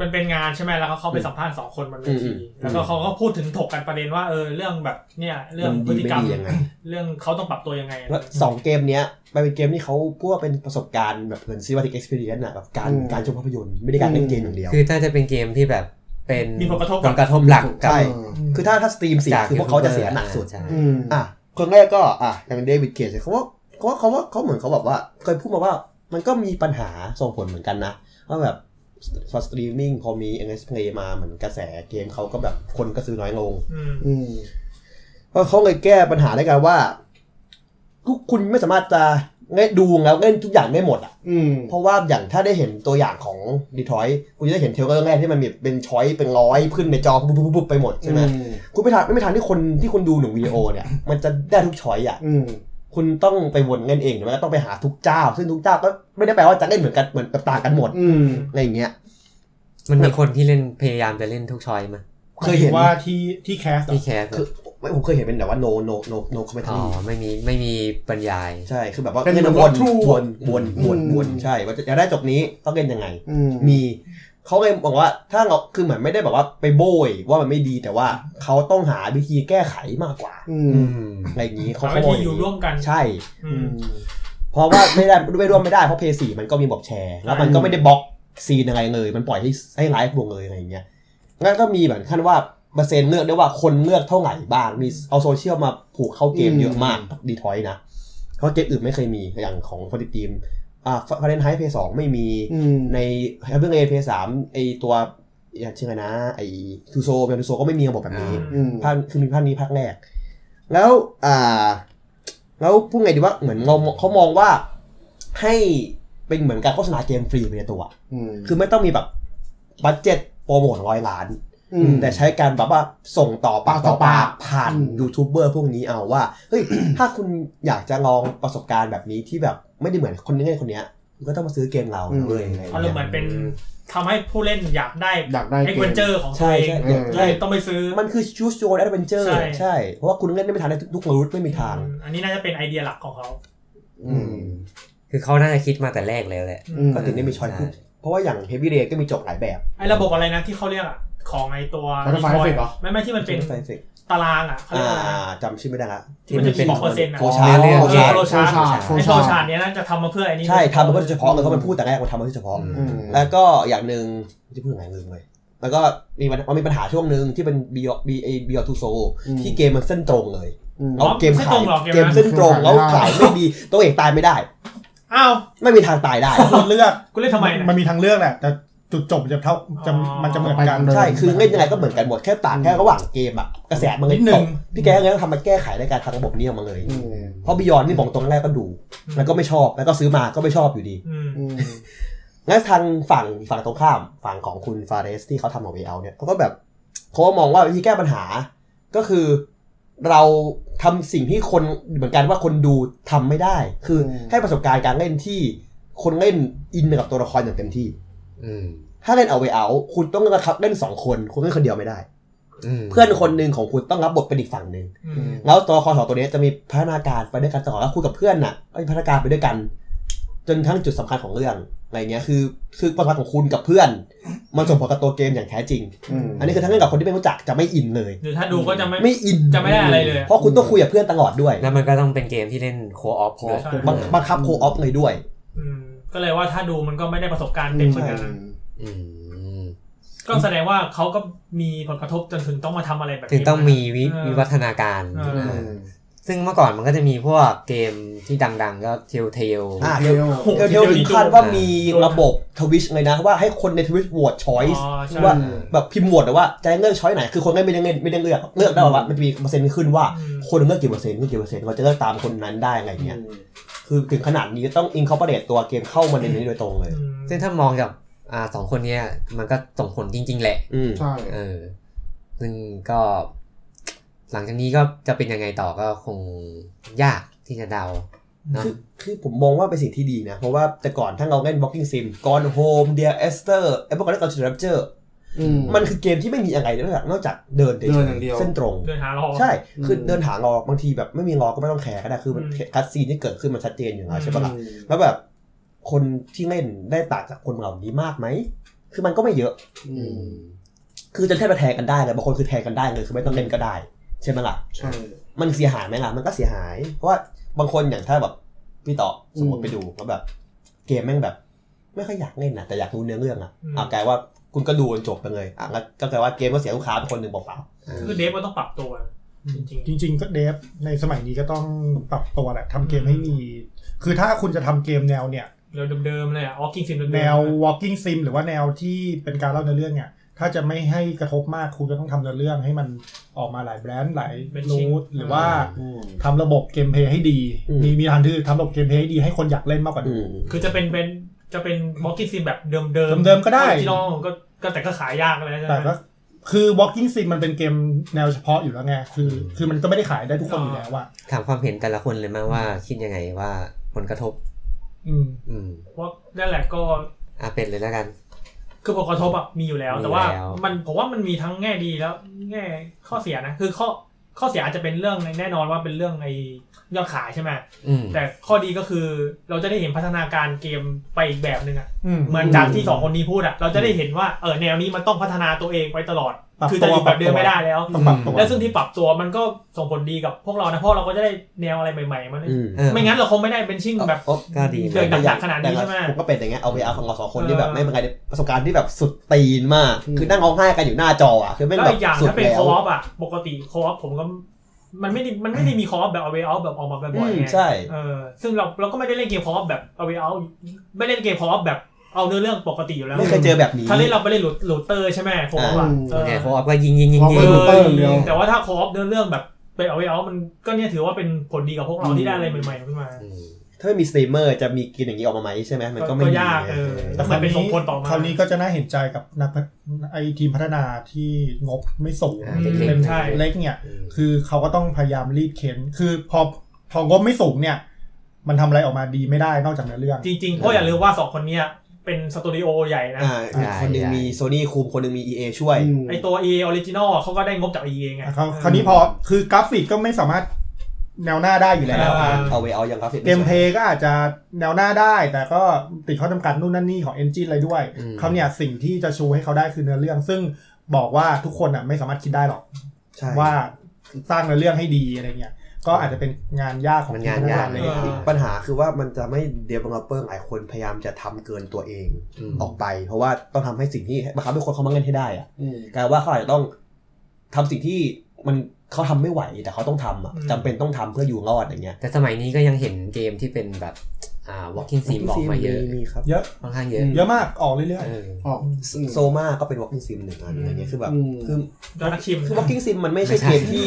S3: มันเป็นงานใช่ไหมแล้วเขาเข้าไปสัมภาษณ์สองคนบนเวที
S4: อืม
S3: แล้วก็เขาก็พูดถึงถกกันประเด็นว่าเออเรื่องแบบเนี่ยเรื่องพฤ
S4: มันดี
S3: ติ
S4: ไม่
S3: กรรม
S4: ดียังไง
S3: เรื่องเขาต้องปรับตัวยังไง
S4: แล้วสองเกมเนี้ยมันเป็นเกมที่เขาพูดว่าเป็นประสบการณ์แบบเหมือนซีวาติกเอ็กซ์เพรียนอะแบบการการชมภาพยนตร์ไม่ได้การเล่นเกมอย่างเดียว
S1: คือน่าจะเป็นเกมที่แบบเป็น
S3: มีผลกระทบ
S1: ผ
S3: กับ
S1: ลกระทบหลักกับ
S4: ใช่
S5: ม
S4: คือถ้าถ้าสตรีมเสีย
S1: จก
S4: คือพวกเขาจะเสียหนักสุด
S1: ใช่
S2: อืม
S4: อ่ะคนแรกก็อ่ะอย่างเดวิดเคจเขาว่าเขาว่าเขาว่าเขาเหมือนเขาแบบว่าเคยพูดมาว่ามันก็มีปัญหาส่งผลเหมือนกันนะว่าแบบพอสตรีมมิ่งพอมี n s p l a y มาเหมือนกระแสเกมเขาก็แบบคนก็ซื้อน้อยลง
S3: อืม
S2: อืม
S4: ก็เขาเลยแก้ปัญหาด้วยกันว่าทุกคุณไม่สามารถจะเล่นดูแล้วเล่นทุกอย่างได้หมดอ่ะ
S2: อืม
S4: เพราะว่าอย่างถ้าได้เห็นตัวอย่างของดีทรอยคุณจะได้เห็นเทรลเลอร์แรกที่มันมีเป็นช้อยเป็นร้อยขึ้นในจอปุ๊บปุ๊บปุ๊บไปหมดใช่ไหม
S2: อืม
S4: คุณไม่ทางไม่ทางที่คนที่คุณดูหนึ่งวิดีโอเนี่ยมันจะได้ทุกช้อยอ่ะ
S2: อืม
S4: คุณต้องไปวนเงินเองหรือไม่ก็ต้องไปหาทุกเจ้า ซึ่งทุกเจ้าก็ไม่ได้แปลว่าจะเล่นเหมือนกันเหมือนแบบต่างกันหมด
S2: อืม
S4: อะไรอย่างเงี้ย
S1: มันมีคนที่เล่นพยายามจะเล่นทุกชอยมา
S4: เคยเห็น
S5: ว่าที่ที่แคสเหรอ
S1: ที่แคสอะ
S4: คือไม่ผมเคยเห็นเป็นแบบว่า no no no no คอมเมน
S1: อ๋อ
S4: ต์
S1: ไม่มีไม่มีบรรยาย
S4: ใช่คือแบบว่า
S2: เป็น
S4: เล่น
S2: เหมื
S4: ว
S2: อน น
S4: ว
S2: True
S4: นวนวนวนใช่ว่าจะอยากได้จบนี้ต้องเล่นยังไง
S2: อืม
S4: มีเขาเลยบอกว่าถ้าเราคือเหมือนไม่ได้แบบว่าไปโบยว่ามันไม่ดีแต่ว่าเขาต้องหาวิธีแก้ไขมากกว่า
S2: อื
S1: อื
S2: ม
S1: ม
S4: อะไรอย่างนี้เขา
S3: หา
S4: เขา
S3: วิ
S4: บอ
S3: ธี
S4: ก
S3: อยู่ร่วมกัน
S4: ใช่
S3: อื
S2: อื
S3: ม
S2: ม
S4: [coughs] เพราะว่าไม่ได้ไม่ร่วมไม่ได้เพราะเพย์สี่มันก็มีบอกแชร์ แล้วมันก็ไม่ได้บล็อก ซีนอะไรเลย มันปล่อยให้ให้ไลฟ์วงเลยอะไรอย่างเงี้ยงั้นก็มีแบบขั้นว่าเปอร์เซ็นต์เลือกได้ว่าคนเลือกเท่าไหร่บ้างมีเอาโซเชียลมาผูกเข้าเกมเยอะมากดีทอยนะเพราะเกมอื่นไม่เคยมีอย่างของฟอร์ตีมอ่าฟาเรนไฮเพย์สองไม่มี
S2: อืม
S4: ในแอปเปิลเอเพสามไอตัวอย่างชื่ออะไรนะ ไอทูโซเมลทูโซก็ไม่มีระบบแบบนี้
S2: อืม
S4: ภาคคือมีภาคนี้ภาคแรก แล้วอ่า แล้วพูดไงดีว่าเหมือนเราเขามองว่าให้เป็นเหมือนการโฆษณาเกมฟรีไปในตัว
S2: อืม
S4: คือไม่ต้องมีแบบบัตเจ็ตโปรโมทร้อยล้าน
S2: อืม
S4: แต่ใช้การแบบว่าส่งต่อปาก
S2: ปากต่
S4: ต่อ
S2: อ
S4: ปา
S2: ปาก
S4: กผ่าน
S2: อืม
S4: ยูทูบเบอร์พวกนี้เอาว่า เฮ้ย ถ้าคุณอยากจะลองประสบการณ์แบบนี้ที่แบบไม่ได้เหมือนคนนี้คนเนี้ยคุณก็ต้องมาซื้อเกมเรานะเลยอะไรอย่าง
S3: อารม
S4: เงี้
S3: ณ์เหมื
S4: ย
S3: อนเป็นทำให้ผู้เล่นอยากได้
S2: อยากได้
S3: เอ็ก
S2: เก
S3: เวน
S2: ม
S3: เจอร์ของตัว
S4: ใช่
S3: เอง
S4: ใช่
S2: เออ
S3: เลยต้องไปซื้อ
S4: มันคือชูสโจนแอดเวนเจอร์
S3: ใช่
S4: ใช่ เพราะว่าคุณเล่นได้ไม่ทันในทุกรูทไม่มีทาง
S3: อันนี้น่าจะเป็นไอเดียหลักของเขา
S2: อืม
S1: คือเขาน่าจะคิดมาแต่แรกแล้วแหละ
S2: อืม
S4: ก็ถึงได้มีช้อยพูดเพราะว่าอย่างเฮฟวี่เ a ยก็มีจบหลายแบบ
S3: ไอระบบอะไรนะที่เขาเรียกอะของไอตัว
S2: Butterfly
S3: Decoy
S2: Effect เหรอ
S3: ไม่ไม่ที่มันเป็น
S4: ไฟเฟก
S3: ตารางอะเขาเรีย
S4: อ่าก
S3: ว่าอะไรนะ
S4: จำชื่อไม่ได้ละ
S3: ที่มันจะเป็นเปอร์เซ็นต์อะ
S4: โฟชาร์
S1: เรื่อ
S4: ด
S1: ง
S4: โฟชาร์ด
S3: โฟชาร์ด
S2: โฟชาร์ด
S3: ไอโฟชาร์ดเนี้ยน่าจะทำมาเพื่อไอ้นี่
S4: ใช่ทำมาเพื่อโดยเฉพาะเลยเพราะมันพูดแต่แรกมันทำมาเพื่อเฉพาะ
S2: อืม
S4: แล้วก็อย่างหนึ่งจะพูดยังไงลืมเลยแล้วก็มีปัญมันมีปัญหาช่วงหนึ่งที่เป็นบีบีเอบีอทูโซ
S2: อืม
S4: ที่เกมมันเส้นตรงเลย
S2: อืม
S4: เอาเกม
S3: ไม่
S4: ขา
S3: ตร
S4: ย
S3: งหรอก
S4: เก
S3: เก
S4: ม
S3: มนั้น
S4: เส้นตรง
S2: เกมขาย
S4: แล้ว
S2: ไม่ได้
S4: ขายไม่ดีตัวเอกตายไม่ได้
S3: อ้าว
S4: ไม่มีทางตายได้
S5: คนเลือก
S3: กูเล่นทำไมนะ
S5: มันมีทางเลือกแหละแต่จุดจบมันจะเท่าจะมันจะเหมือนกัน
S4: ใช่คือเล่นยังไงก็เหมือนกันหมดแค่ต่างแค่ระหว่างเกมอะกระแสมันเลย
S5: นิดนึ
S4: ต
S5: ง
S4: กพี่แกก็เลยต้องทำมาแก้ไขในการทางระบบนี้ออกมาเลย
S2: อืม
S4: เพราะบิยอนนี่บอกตรงแรกก็ดู แล้วก็ไม่ชอบแล้วก็ซื้อมาก็ไม่ชอบอยู่ดี
S3: อืม
S2: อืม
S4: งั้นทางฝั่งฝั่งตรงข้ามฝั่งของคุณฟาเรสที่เขาทำของเอเนี่ยเขาก็แบบเขาก็มองว่าวิธีแก้ปัญหา ก็คือเราทำสิ่งที่คนเหมือนกันว่าคนดูทำไม่ได้ คือให้ประสบการณ์การเล่นที่คนเล่นอินไปกับตัวละครอย่างเต็มที่
S1: อืม
S4: ถ้าเล่นเอาไวเอาคุณต้องบังคับเล่นสองคนคุณเล่นคนเดียวไม่ได้
S1: ม
S4: เพื่อนคนหนึ่งของคุณต้องรับบทเป็นอีกฝั่งหนึ่ง
S3: อื
S2: อื
S3: ม
S2: ม
S4: แล้วตัวละครสองตัวนี้จะมีพัฒนาการไปด้วยกันตลอดแล้วคุยกับเพื่อนน่ะก็มีพัฒนาการไปด้วยกัน จนทั้งจุดสำคัญของเรื่องอะไรเงี้ยคือคือประสบการณ์ของคุณกับเพื่อน มันส่งผลกับตัวเกมอย่างแท้จริง
S2: อืม
S4: อันนี้คือทั้งเล่นกับคนที่ไม่รู้จักจะไม่อินเลย
S3: หรือถ้าดูก็จะไม่
S4: ไม่อิน
S3: จะไม่ได้อะไรเลยอะ
S4: เพราะคุณต้องคุยกับเพื่อนตลอดด้วย
S1: แล้วมันก็ต้องเป็นเกมที่เล่นโคออฟด้วย
S3: ใช่
S4: บังบังคับโคออฟเลยด้วย
S3: อืมก็เลยว่าถ้าดูมันก็ไม่ได้ประสบการณ์เต็มเหมือนกันนะ
S1: อืม
S3: ก็แสดงว่าเขาก็มีผลกระทบจนถึงต้องมาทำอะไรแบบนี้
S1: ถึงต้องมีวิ
S3: เออ
S1: วิวัฒนาการ
S3: เออ
S1: เออซึ่งเมื่อก่อนมันก็จะมีพวกเกมที่ดังๆ ก็เทลเทล
S4: อ่ะ
S2: เดียว
S3: หก
S4: เทล
S3: สิบจ็ด
S4: เทลถึง
S3: นิ้ว
S4: ขั้นว่า
S1: อ่ามี
S4: มีระบบทวิชเลยนะว่าให้คนในทวิชโหวตช้อยส์
S3: อ๋อใช่
S4: ว่าแบบพิมพ์โหวตนะว่าจะให้เลือกช้อยไหนคือคนก็ไม่ได้เลือกไม่ได้เลือกเลือกได้ว่ามันจะมีเปอร์เซ็นต์ขึ้นว่า
S3: อืม
S4: คนเลือกกี่เปอร์เซ็นต์เลือกกี่เปอร์เซ็นต์เขาจะเลือกตามคนนั้นได้อะไรเงี้ยคือถึงขนาดนี้ต้องอินคอร์ปอเรตตัวเกมเข้ามาในนี้โดยตรงเลย
S3: อืม
S1: ซึ่งถ้ามองจากอ่าสองคนเนี้ยมันก็ส่งผลจริง ๆ แหละ
S4: อืม
S2: ใช่
S1: เออ ซึ่งก็ หลังจากนี้ก็จะเป็นยังไงต่อก็คงยากที่จะเดา นะ
S4: คือคือผมมองว่าเป็นสิ่งที่ดีนะ เพราะว่าแต่ก่อนถ้าเราเล่น Walking Sim ก่อน Home Dear Esther ไอ้พวกนั้นก็จะ Rapture
S2: อืม
S4: มันคือเกมที่ไม่มีอะไรนอกจากนอกจากเดินฉๆ
S2: เดินอย่างเดียว
S4: เส้นตรง
S3: เดินหาเรา
S4: ใช่ คืออ
S2: ม
S4: เดินหารอบางทีแบบไม่มีรอก็ไม่ต้องแคร์ก็ได้ คือมัน
S3: อืม
S4: คัดซีนที่เกิดขึ้นมันชัดเจนอยู่แล้วใช่ปะล่ะ
S2: อืม
S4: แล้วแบบคนที่เล่นได้ต่างจากคนเหล่านี้มากไหม คือมันก็ไม่เยอะ
S2: อืม
S4: คือจนแทบจะแทนกันได้เลยบางคนคือแทนกันได้เลย คือไม่ต้องเล่นก็ได้ ใช่ไหมล่ะ
S2: ใช่
S4: มันเสียหายไหมล่ะ มันก็เสียหาย เพราะว่าบางคนอย่างถ้าแบบพี่ต่อสมมติ
S2: อืม
S4: ไปดูแล้วแบบ เกมแม่งแบบ ไม่ค่อยอยากเล่นนะแต่อยากรู้เนื้อเรื่องอะ
S3: อืม
S4: อ่ะกลายว่าคุณก็ดูจนจบไปเลยอ่ะงั้นก็กลายว่าเกมก็เสียลูกค้าไปคนหนึ่งเปล่า
S3: คือเดฟก็ต้องปรับตัว จริง
S5: จริง ๆ ก็เดฟในสมัยนี้ก็ต้องปรับตัวแหละทำเกมให้มี คือถ้าคุณจะทำเกมแนวเนี่ย
S3: ๆเราเดิมๆเลยอ่ะออฟกิ้งซิมเดิมๆ
S5: แนว walking sim หรือว่าแนวที่เป็นการเล่าเนื้อเรื่องเนี่ย ถ้าจะไม่ให้กระทบมากคุณก็ต้องทำเนื้อเรื่องให้มันออกมาหลายแบรนด์หลายนูดหรือว่า
S2: อืม
S5: ทำระบบเกมเพลย์ให้ดี มีมีทางที่ทำระบบเกมเพลย์ให้ดีให้คนอยากเล่นมากกว่าเดิ
S4: อื
S5: ม
S4: ม
S3: คือจะเป็นเป็นจะเป็นบล็อกกิ้งซิมแบบเดิมๆ
S5: เดิมๆก็ได้
S3: ที่น้องก็ก็แต่ก็ขายยากเลยใช่ไหม
S5: แต่ก็คือ walking sim มันเป็นเกมแนวเฉพาะอยู่แล้วไงคือ คือมันก็ไม่ได้ขายได้ทุกคนอยู่แล้วอะ
S1: ถามความเห็นแต่ละคนเลยมาว่าคิดยังไงว่าผลกระทบ
S5: อืม
S1: อืม
S3: เพราะนั่นแหละก็
S1: อาเป็นเลยแล้วกัน
S3: คือผลกระทบอะมีอยู่แล้ว
S1: มี
S3: แต่ว่า
S1: แล้ว
S3: มันผมว่ามันมีทั้งแง่ดีแล้ว แง่ข้อเสียนะ คือข้อข้อเสียอาจจะเป็นเรื่องในแน่นอนว่าเป็นเรื่องในยอดขายใช่ไหม
S1: อืม
S3: แต่ข้อดีก็คือเราจะได้เห็นพัฒนาการเกมไปอีกแบบหนึ่งอะ
S5: อืม
S3: เหมือนจากที่สองคนนี้พูดอะเราจะได้เห็นว่าเออแนวนี้มันต้องพัฒนาตัวเองไว้ตลอด
S5: ปรับ
S3: คือ
S5: ตั
S3: จะ
S5: ว
S3: อยู่แบบเดิมไม่ได้แล้ว
S5: ต้องปรับตัว
S3: และซึ่งที่ปรับตัวมันก็ส่งผลดีกับพวกเรานะเพราะเราก็จะได้แนวอะไรใหม่ๆมาเลย
S4: อืม
S1: เออ
S3: ไม่งั้นเราคงไม่ได้เป็นชิ่งแบบ
S4: โอ้
S1: ก็ดี
S3: เดือ
S1: นะ
S3: ด หนักๆขนาดนี้ใช่ไหม
S4: ผมก็เป็นอย่างเงี้ยเอาไปเอาของเราสองคน
S3: เออ
S4: ที่แบบไม่เป็นไงประสบการณ์ที่แบบสุดตีนมาก
S2: อืม
S4: คือนั่งร้องไห้กันอยู่หน้าจออ่ะคือไม่ง
S3: แล้ว
S4: แบบ
S3: อีกอย่าง
S4: สุด
S3: ถ้าเป็น
S4: แล้
S3: คว อฟอ่ะ ปกติคอฟผมก็ มันไม่ได้มันไม่ได้มีคอฟแบบเอาไว้เอาแบบออกมา
S4: อื
S3: บ่อย
S4: ม
S3: ๆไง
S4: ใช่
S3: เออซึ่งเราเราก็ไม่ได้เล่นเกมคอฟแบบเอาไว้เอาไม่เล่นเกมคอฟแบบเอาเนื้อเรื่องปกติอยู่แล้ว
S4: ไม่เคยเจอแบบนี้
S3: ถ้าเล่นเราไปเล่นโหลดโหลดเตอร์ใช่ไหมคอฟอ่ะ
S2: อืม
S3: เออ
S1: เนี่ยเขาก็ยิงยิงยิง
S2: เขา
S1: ยิ
S2: ก็
S1: ง
S2: โหลดเตอร์อย่างเดียว
S3: แต่ว่าถ้าคอฟเดินเรื่องแบบเป็นเอาไว้เอามันก็เนี่ยถือว่าเป็นผลดีกับพวกเราที่ได้อะไรใหม่ๆขึ้นมา
S4: ถ้าไม่มีสตรีมเมอร์จะมีกินอย่างนี้ออกมาไหมใช่ไหมมันก็ไม่
S3: ก็
S4: มี
S3: ยากเออ
S4: แต่
S3: มันเป็นส่งผลต่อมา
S5: คราวนี้ก็จะน่าเห็นใจกับนักพัฒไอทีมพัฒนาที่งบไม่สูง
S1: อ่าเล็กๆ
S5: เป็น
S3: ใช่
S5: เล็กเนี่ย คือเขาก็ต้องพยายามรีดเข็น คือพอพองบไม่สูงเนี่ย มันทำอะไรออกมาดีไม่ได้นอกจากเนื้อเรื่อง
S3: จริงๆ เพราะอย่าลืมว่าสองคนเนี้ยเป็นสตูดิโอใหญ่นะ
S4: อ่าคนหนึ่ง
S1: ใช่
S4: มีโซนี่คุมคนหนึ่งมี EA ช่วย
S3: ไอตัว EA Original อะเขาก็ได้งบจาก EA ไง
S5: อ่ะคราวคราวนี้พอคือกราฟิกก็ไม่สามารถแนวหน้าได้อยู่แล้ว
S3: อ่า
S4: เอาไว้เอายังกราฟิก
S5: เกมเพลย์ก็อาจจะแนวหน้าได้ แต่ก็ติดข้อจำกัดนู่นนั่นนี่ของเอนจินอะไรด้วย
S1: อืม
S5: เขาเนี่ยสิ่งที่จะชูให้เขาได้คือเนื้อเรื่อง ซึ่งบอกว่าทุกคนอ่ะไม่สามารถคิดได้หรอก
S4: ใช่
S5: ว่าสร้างเนื้อเรื่องให้ดีอะไรเงี้ย ก็อาจจะเป็นงานยากของ
S1: มัน
S5: ทีม
S1: งานยาก
S5: พัฒ
S1: เล
S5: เลย ย
S3: เออ
S4: ปัญหาคือว่ามันจะไม่ developer หลายคนพยายามจะทำเกินตัวเอง
S1: ม
S4: ออกไปเพราะว่าต้องทำให้สิ่งที่บังคับให้คนเขามาเล่นให้ได้อะกลายว่าเขาอาจจะต้องทำสิ่งที่มันเขาทำไม่ไหวแต่เขาต้องทำอ่ะ
S3: อืม
S4: จำเป็นต้องทำเพื่ออยู่รอดอย่างเงี้ย
S1: แต่สมัยนี้ก็ยังเห็นเกมที่เป็นแบบอ่า walking sim ออกมาเยอะ
S4: มีครับ
S5: เยอะ
S1: ค่อนข้างเยอะ
S5: เยอะมากออกเรื่อย
S1: เออ
S2: ออกอืม
S4: โซมาก็เป็น walking sim หนึ่งอันอะไรเงี้ยคือแบบ
S2: อืม
S4: คือ
S3: ยอดนักชิม
S4: คือ Walking Sim มันไม่ใช่เกมที่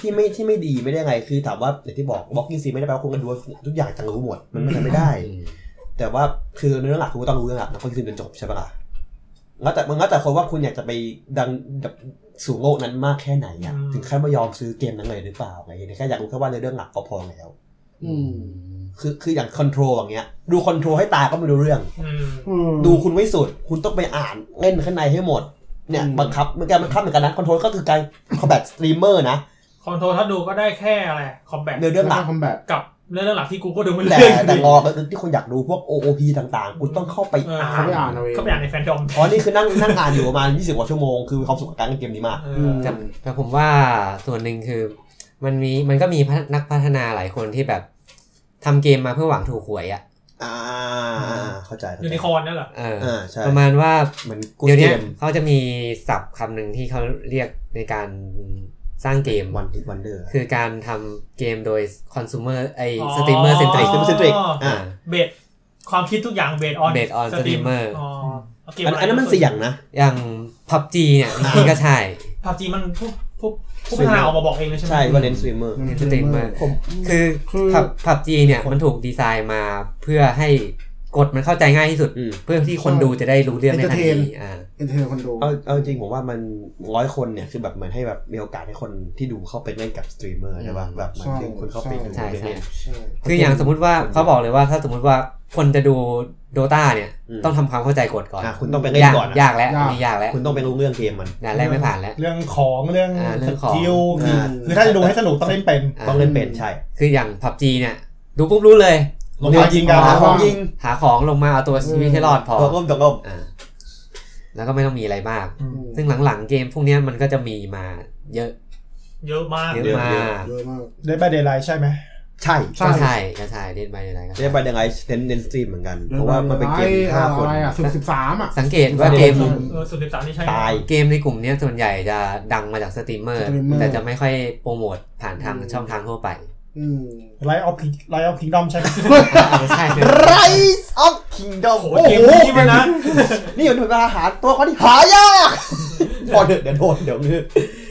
S4: ที่ไม่ที่ไม่ดีไม่ได้ไง คือถามว่าอย่างที่บอก Walking Sim ไม่ได้แปลว่าคุณก็ดูทุกอย่างจะรู้หมด มันไม่ใช่ไม่ได้ แต่ว่าคือเนื้อหลักคุณก็ต้องรู้เรื่องหลักนะ Walking Sim จนจบใช่ปะล่ะแล้วแต่มันก็แต่คนว่าคุณอยากจะไปดังแบบสู่โลกนั้นมากแค่ไหนอ่ะ
S3: อืม
S4: ถึงขั้นไม่ยอมซื้อเกมนั้นเลยหรือเปล่าอะไรอย่างเงี้ยแค่อยากรู้แค่ว่าเรื่องหลักก็พอแล้ว
S2: อืม
S4: คือคืออย่างคอนโทรลอย่างเงี้ย ดูคอนโทรลให้ตายก็ไม่รู้เรื่อง
S3: อืม
S2: อืม
S4: ดูคุณไม่สุด คุณต้องไปอ่านเล่นข้างในให้หมด เนี่ย
S2: อืม
S4: บังคับเหมือนกันบังคับเหมือนกันนะคอนโทรลก็คือการคอมแบทสตรีมเมอร์นะ
S3: คอนโทรลถ้าดูก็ได้แค่อะไร คอมแบท
S4: เนื้อเรื่องหลั
S2: [laughs]
S4: ก
S2: คอมแบท
S3: กับเรื่องหลักที่กูก็ดูไม่
S4: แต่
S3: เรื่อง
S4: แต่รอที่คนอยากดูพวก OOP ต่างๆ คุณต้องเข้าไป
S3: เออ
S4: อ่า
S2: เข้าไป
S4: น
S2: อ่านเอาเอง
S3: เข้าไปอ่านในแฟนดอม
S4: อ๋อนี่คือนั่งนั่งอ่านอยู่ประมาณ 20 กว่าชั่วโมง คือมีความสุขกับการเล่นเกมนี้มาก
S3: เอ
S2: อื
S3: อ
S2: ม
S1: แต่แต่ผมว่าส่วนหนึ่งคือมันมีมันก็มีพัฒนักพัฒนาหลายคนที่แบบทำเกมมาเพื่อหวังถูกหวยอ่ะ
S4: อ่า เข้าใจเข้า
S3: ยู
S4: ใจ
S3: นิคอร์นนั่นเหรอ
S1: เออ
S4: อ่าใช่
S1: ประมาณว่า
S4: เหมือนกู
S1: เดี๋ยว
S4: เก
S1: เนี้ย
S4: ม
S1: เขาจะมีศัพท์คำหนึ่งที่เขาเรียกในการสร้างเกม
S4: วันทิวันเดอร์
S1: คือการทำเกมโดยคอน sumer ไอ
S3: อ๋อ
S1: สตรีมเมอร์เซนตริก
S4: เซมเซนตริก
S1: อ่า
S4: อ่า
S3: เบสความคิดทุกอย่างเบสออน
S1: Based on streamer
S3: อ๋อเาเกม
S4: อั
S3: อะ
S4: น
S3: ไร
S4: อันนั้นมันเสี่ยงนะ
S1: อย่างพับจีเนี่ยจริงๆก็ใช่
S3: ภาพจีมันผู้ผู้ผู้พัฒนาออกมาบอกเองเลยใช่ไหม
S4: ใช่ว่าเล่นสตรีมเมอร์
S1: เอนเตอร์เทนเมอร์
S5: ผม
S1: คือ
S2: คือ
S1: ผับผับจีเนี่ยมันถูกดีไซน์มาเพื่อให้กฎมันเข้าใจง่ายที่สุด
S4: อืม
S1: เพื่อที่คนดูจะได้รู้เรื่องในทันทีอ่า
S2: เอนเทอร์คอนโด
S4: เอาเอาจริงผมว่ามันร้อยคนเนี่ยคือแบบเหมือนให้แบบมีโอกาสให้คนที่ดูเข้าไปเล่นกับสตรีมเมอร์ใช่ป่ะแบบเหมันดึงคนเข้าไปดู
S1: ใช่ใช่
S4: เล่น
S2: ใช่
S1: คืออย่างสมมุติว่าเขาบอกเลยว่าถ้าสมมุติว่าคนจะดูโดตาเนี่ย
S4: อืม
S1: ต้องทำความเข้าใจกฎก่อน
S4: อ่ะคุณต้องไปเล่น
S1: ยาก
S4: ก่อน
S1: ยา
S4: อ่ะ
S1: กแล้ว
S2: ยาก
S1: นี่ยากแล้ว
S4: คุณต้องไปรู้เรื่องเกมมัน
S1: ด่านแรกไม่ผ่านแล้ว
S5: เรื่องของเรื่อง
S1: อ่าเรื่
S5: ส
S1: องของ
S5: กิล
S4: อ่า
S5: คือถ้าจะดูให้สนุกต้องเล่นเป็น
S1: อ่ะ
S4: ต้องเล่นเป็นใช่
S1: คืออย่างผับจีเนี่ยดูปุ๊บรู้เลย
S5: ลงมายิงกัน
S1: หา
S2: ล
S1: ข
S2: ง
S1: อง
S2: มายิง
S1: หาของลงมาเอาตัวชีวิตให้รอดพอ
S4: ตัวก้มตัวก้ม
S1: อ่าแล้วก็ไม่ต้องมีอะไรมาก
S5: อืม
S1: ซึ่งหลังๆเกมพวกเนี้ยมันก็จะมีมาเยอะ
S3: เยอะมาก
S1: เยอะมาก
S2: เยอะมาก
S5: ได้บายเดย์ไลใช่ไหม
S4: ใช่
S2: ใช่
S1: ก็ใช่ก็ใช่เล่นไปอะไรก็
S4: ได้
S1: ใช่
S4: บันไดไลท์เน้นเน้นสตรีมเหมือนกัน เพราะว่ามันเป็นเกมห้าคน
S2: อะไรอ่ะสิบสิบสามอ่ะ
S1: สังเกตว่าเกม
S3: เออสุดสิบสามนี่ใช่
S4: ตาย
S1: เกมในกลุ่มเนี้ยส่วนใหญ่จะดังมาจากสตรีมเมอร์
S2: สตรีมเมอร์
S1: แต่จะไม่ค่อยโปรโมทผ่านทาง
S2: อืม
S1: ช่องทางทั่วไป
S2: อืม
S5: ไลออฟไลออฟคิงดอมใช่ไหม
S1: ใช่
S4: Rise of Kingdom
S3: โอ้โหเกมนี้มันนะ
S4: นี่มันเป็นอาหารตัวเขาที่หายากพอเดี๋ยวเดี๋ยวโดนเดี๋ยวนี้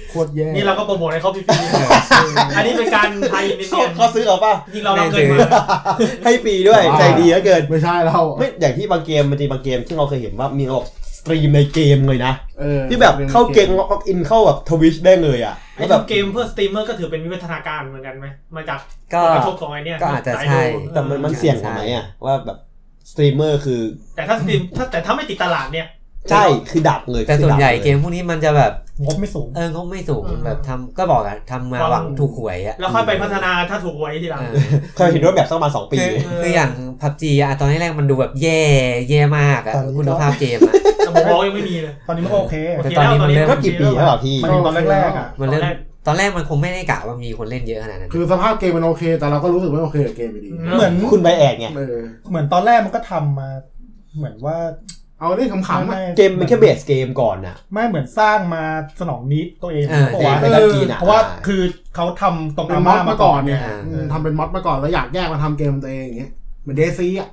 S2: โคตรแย่
S3: นี่เราก็โปรโมทให้เขาฟรีๆอันนี้เป็นการไทยนิดเดีย
S4: เขาซื้อเอาป่ะ
S3: ยิงเราเราเกินมา
S4: ให้ฟรีด้วยใจดีเหลือเกิน
S2: ไม่ใช่เรา
S4: ไม่อย่างที่บางเกมมันจะมีบางเกมที่เราเคยเห็นว่ามีระบบสตรีมในเกมเลยนะ
S2: เออ
S4: ที่แบบเข้าเกมล็อกอินเข้าแบบทวิชได้เลยอ่ะ
S3: ไอ้
S4: แล้วแบบ
S3: ทำเกมเพื่อสตรีมเมอร์ก็ถือเป็นวิวัฒนาการเหมือนกันไหมมาจาก
S1: ก็
S3: กระทบของไอ้เนี่ย
S1: ก็อาจจะ
S3: สย
S1: ใช่
S3: ดู
S4: แต่มันมันเสี่ยงกว่าไหมอ่ะว่าแบบสตรีมเมอร์คือ
S3: แต่ถ้าสตรีมถ้าแต่ถ้าไม่ติดตลาดเนี่ย
S4: ใช่คือดับเลย
S1: แต่
S4: คือ
S1: ส่วน
S4: ดับ
S1: ใหญ่
S4: ลย
S1: เกมพวกนี้มันจะแบบ
S5: งบไม่สูง
S1: เอองบไม่สูง
S3: อืม
S1: แบบทำก็บอกอะทำมา
S3: ความ
S1: หวังถูกหวยอะ
S3: แล้วค่อยไปพัฒนาถ้าถูกหวยทีหลัง
S1: เออ
S4: เคยเห็นด้วยแบบสักประมาณสองปี
S1: คือคืออย่างพับจีอะตอนแรกๆมันดูแบบแย่แย่มากอะ
S5: ตอนนี้ก็
S1: คุณภาพเกมอะ
S3: แต่ผมบอกว่ายังไม่มีเลย
S5: ตอนนี้มันก็โอเค
S1: แต่ตอนนี้มันเริ่ม
S4: ก็กี่ปีแล้วอ่ะพี่
S5: มันตอนแรกๆอ่ะ
S1: มันเริ่ม
S3: ตอนแรก
S1: ตอนแรกมันคงไม่ได้กะว่ามีคนเล่นเยอะขนาดนั้น
S2: คือสภาพเกมมันโอเค แต่เราก็รู้สึกไม่โอเคกับเกมอยู่ดี
S5: เหมือน
S4: คุณใบแอกไง
S2: เออ
S5: เหมือนตอนแรกมันก็ทำมา เหมือนว่า
S2: เอาเรื่องขำๆ
S5: ไ
S2: นะ
S4: เกมมันแค่เบสเกมก่อนน่ะ
S5: ไม่เหมือนสร้างมาสนองนิดตัวเอง
S1: เออ
S5: เพราะ
S4: เกม
S5: ว่า
S4: ในตะกี้น่ะ
S5: เพราะว่าคือเขาทำตรง
S2: เป็
S5: อาน
S2: ม็อ
S5: ม่า
S2: ด
S5: มา
S2: มา
S5: ก่
S2: ก่
S5: อ
S2: อน น
S5: เนี่ย
S2: เนี่ย
S1: อ่า
S2: อืมทำเป็นม็อดมาก่อนแล้วอยากแยกมาทำเกมของตัวเองอย่างเงี้ยเหมือนเดซี่อ่ะ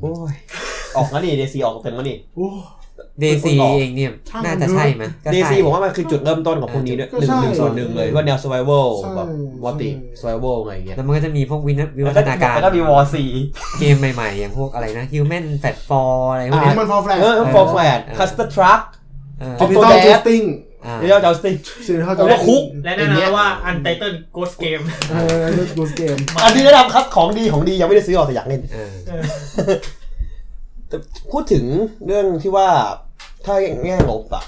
S4: โอ้ยออกแล้วนี่เดซีออกเต็มแล้วนี่
S2: โอ้
S1: เดซี
S4: คุณบอก
S1: เองเนี่ย
S2: ช่างมัน
S1: น่าจะใช่ไหมก็
S4: เด
S1: ใช่
S4: ซีผมว่ามันคือจุดเริ่มต้นของพวกนี้ด้วยห
S2: ก็
S4: นึ่งห
S2: ใช่
S4: นึ่งส่วนหนึ่งเลยว่าแนว survival
S2: ใช่
S4: แบบวอติ
S2: ใช่
S4: survival อะไรอย่างเงี้ย
S1: แล้วมันก็จะมีพวกวินวิวัฒนาการ
S4: แล้วก็มีวอซี
S1: เกมใหม่ๆ อย่างพวกอะไรนะ Human Platform อะไรพวก
S2: เห็
S1: เนี้
S2: น
S1: ย
S2: มันฟอร์แฟลก
S4: เออฟอร์แฟร์
S1: เออ
S4: คัสเตอร์ทรัค
S1: เออ
S4: ครบ
S2: ดิจิตอล
S4: Autodesk
S2: จูสติ้ง
S1: อ่า
S4: เรียกเจ้าสติ
S2: ซีนเขา
S4: ผมว่าคุก
S3: และแน่นอนว่าอันไตเติลโกสเกม
S2: เออดูสเกม
S4: อันนี้แนะนำครับของดีของดียังไม่ได้ซื้อออกแต่อยากเล่น
S1: เออ
S4: แต่พูดถึงเรื่องที่ว่าถ้าแง่ลบอะ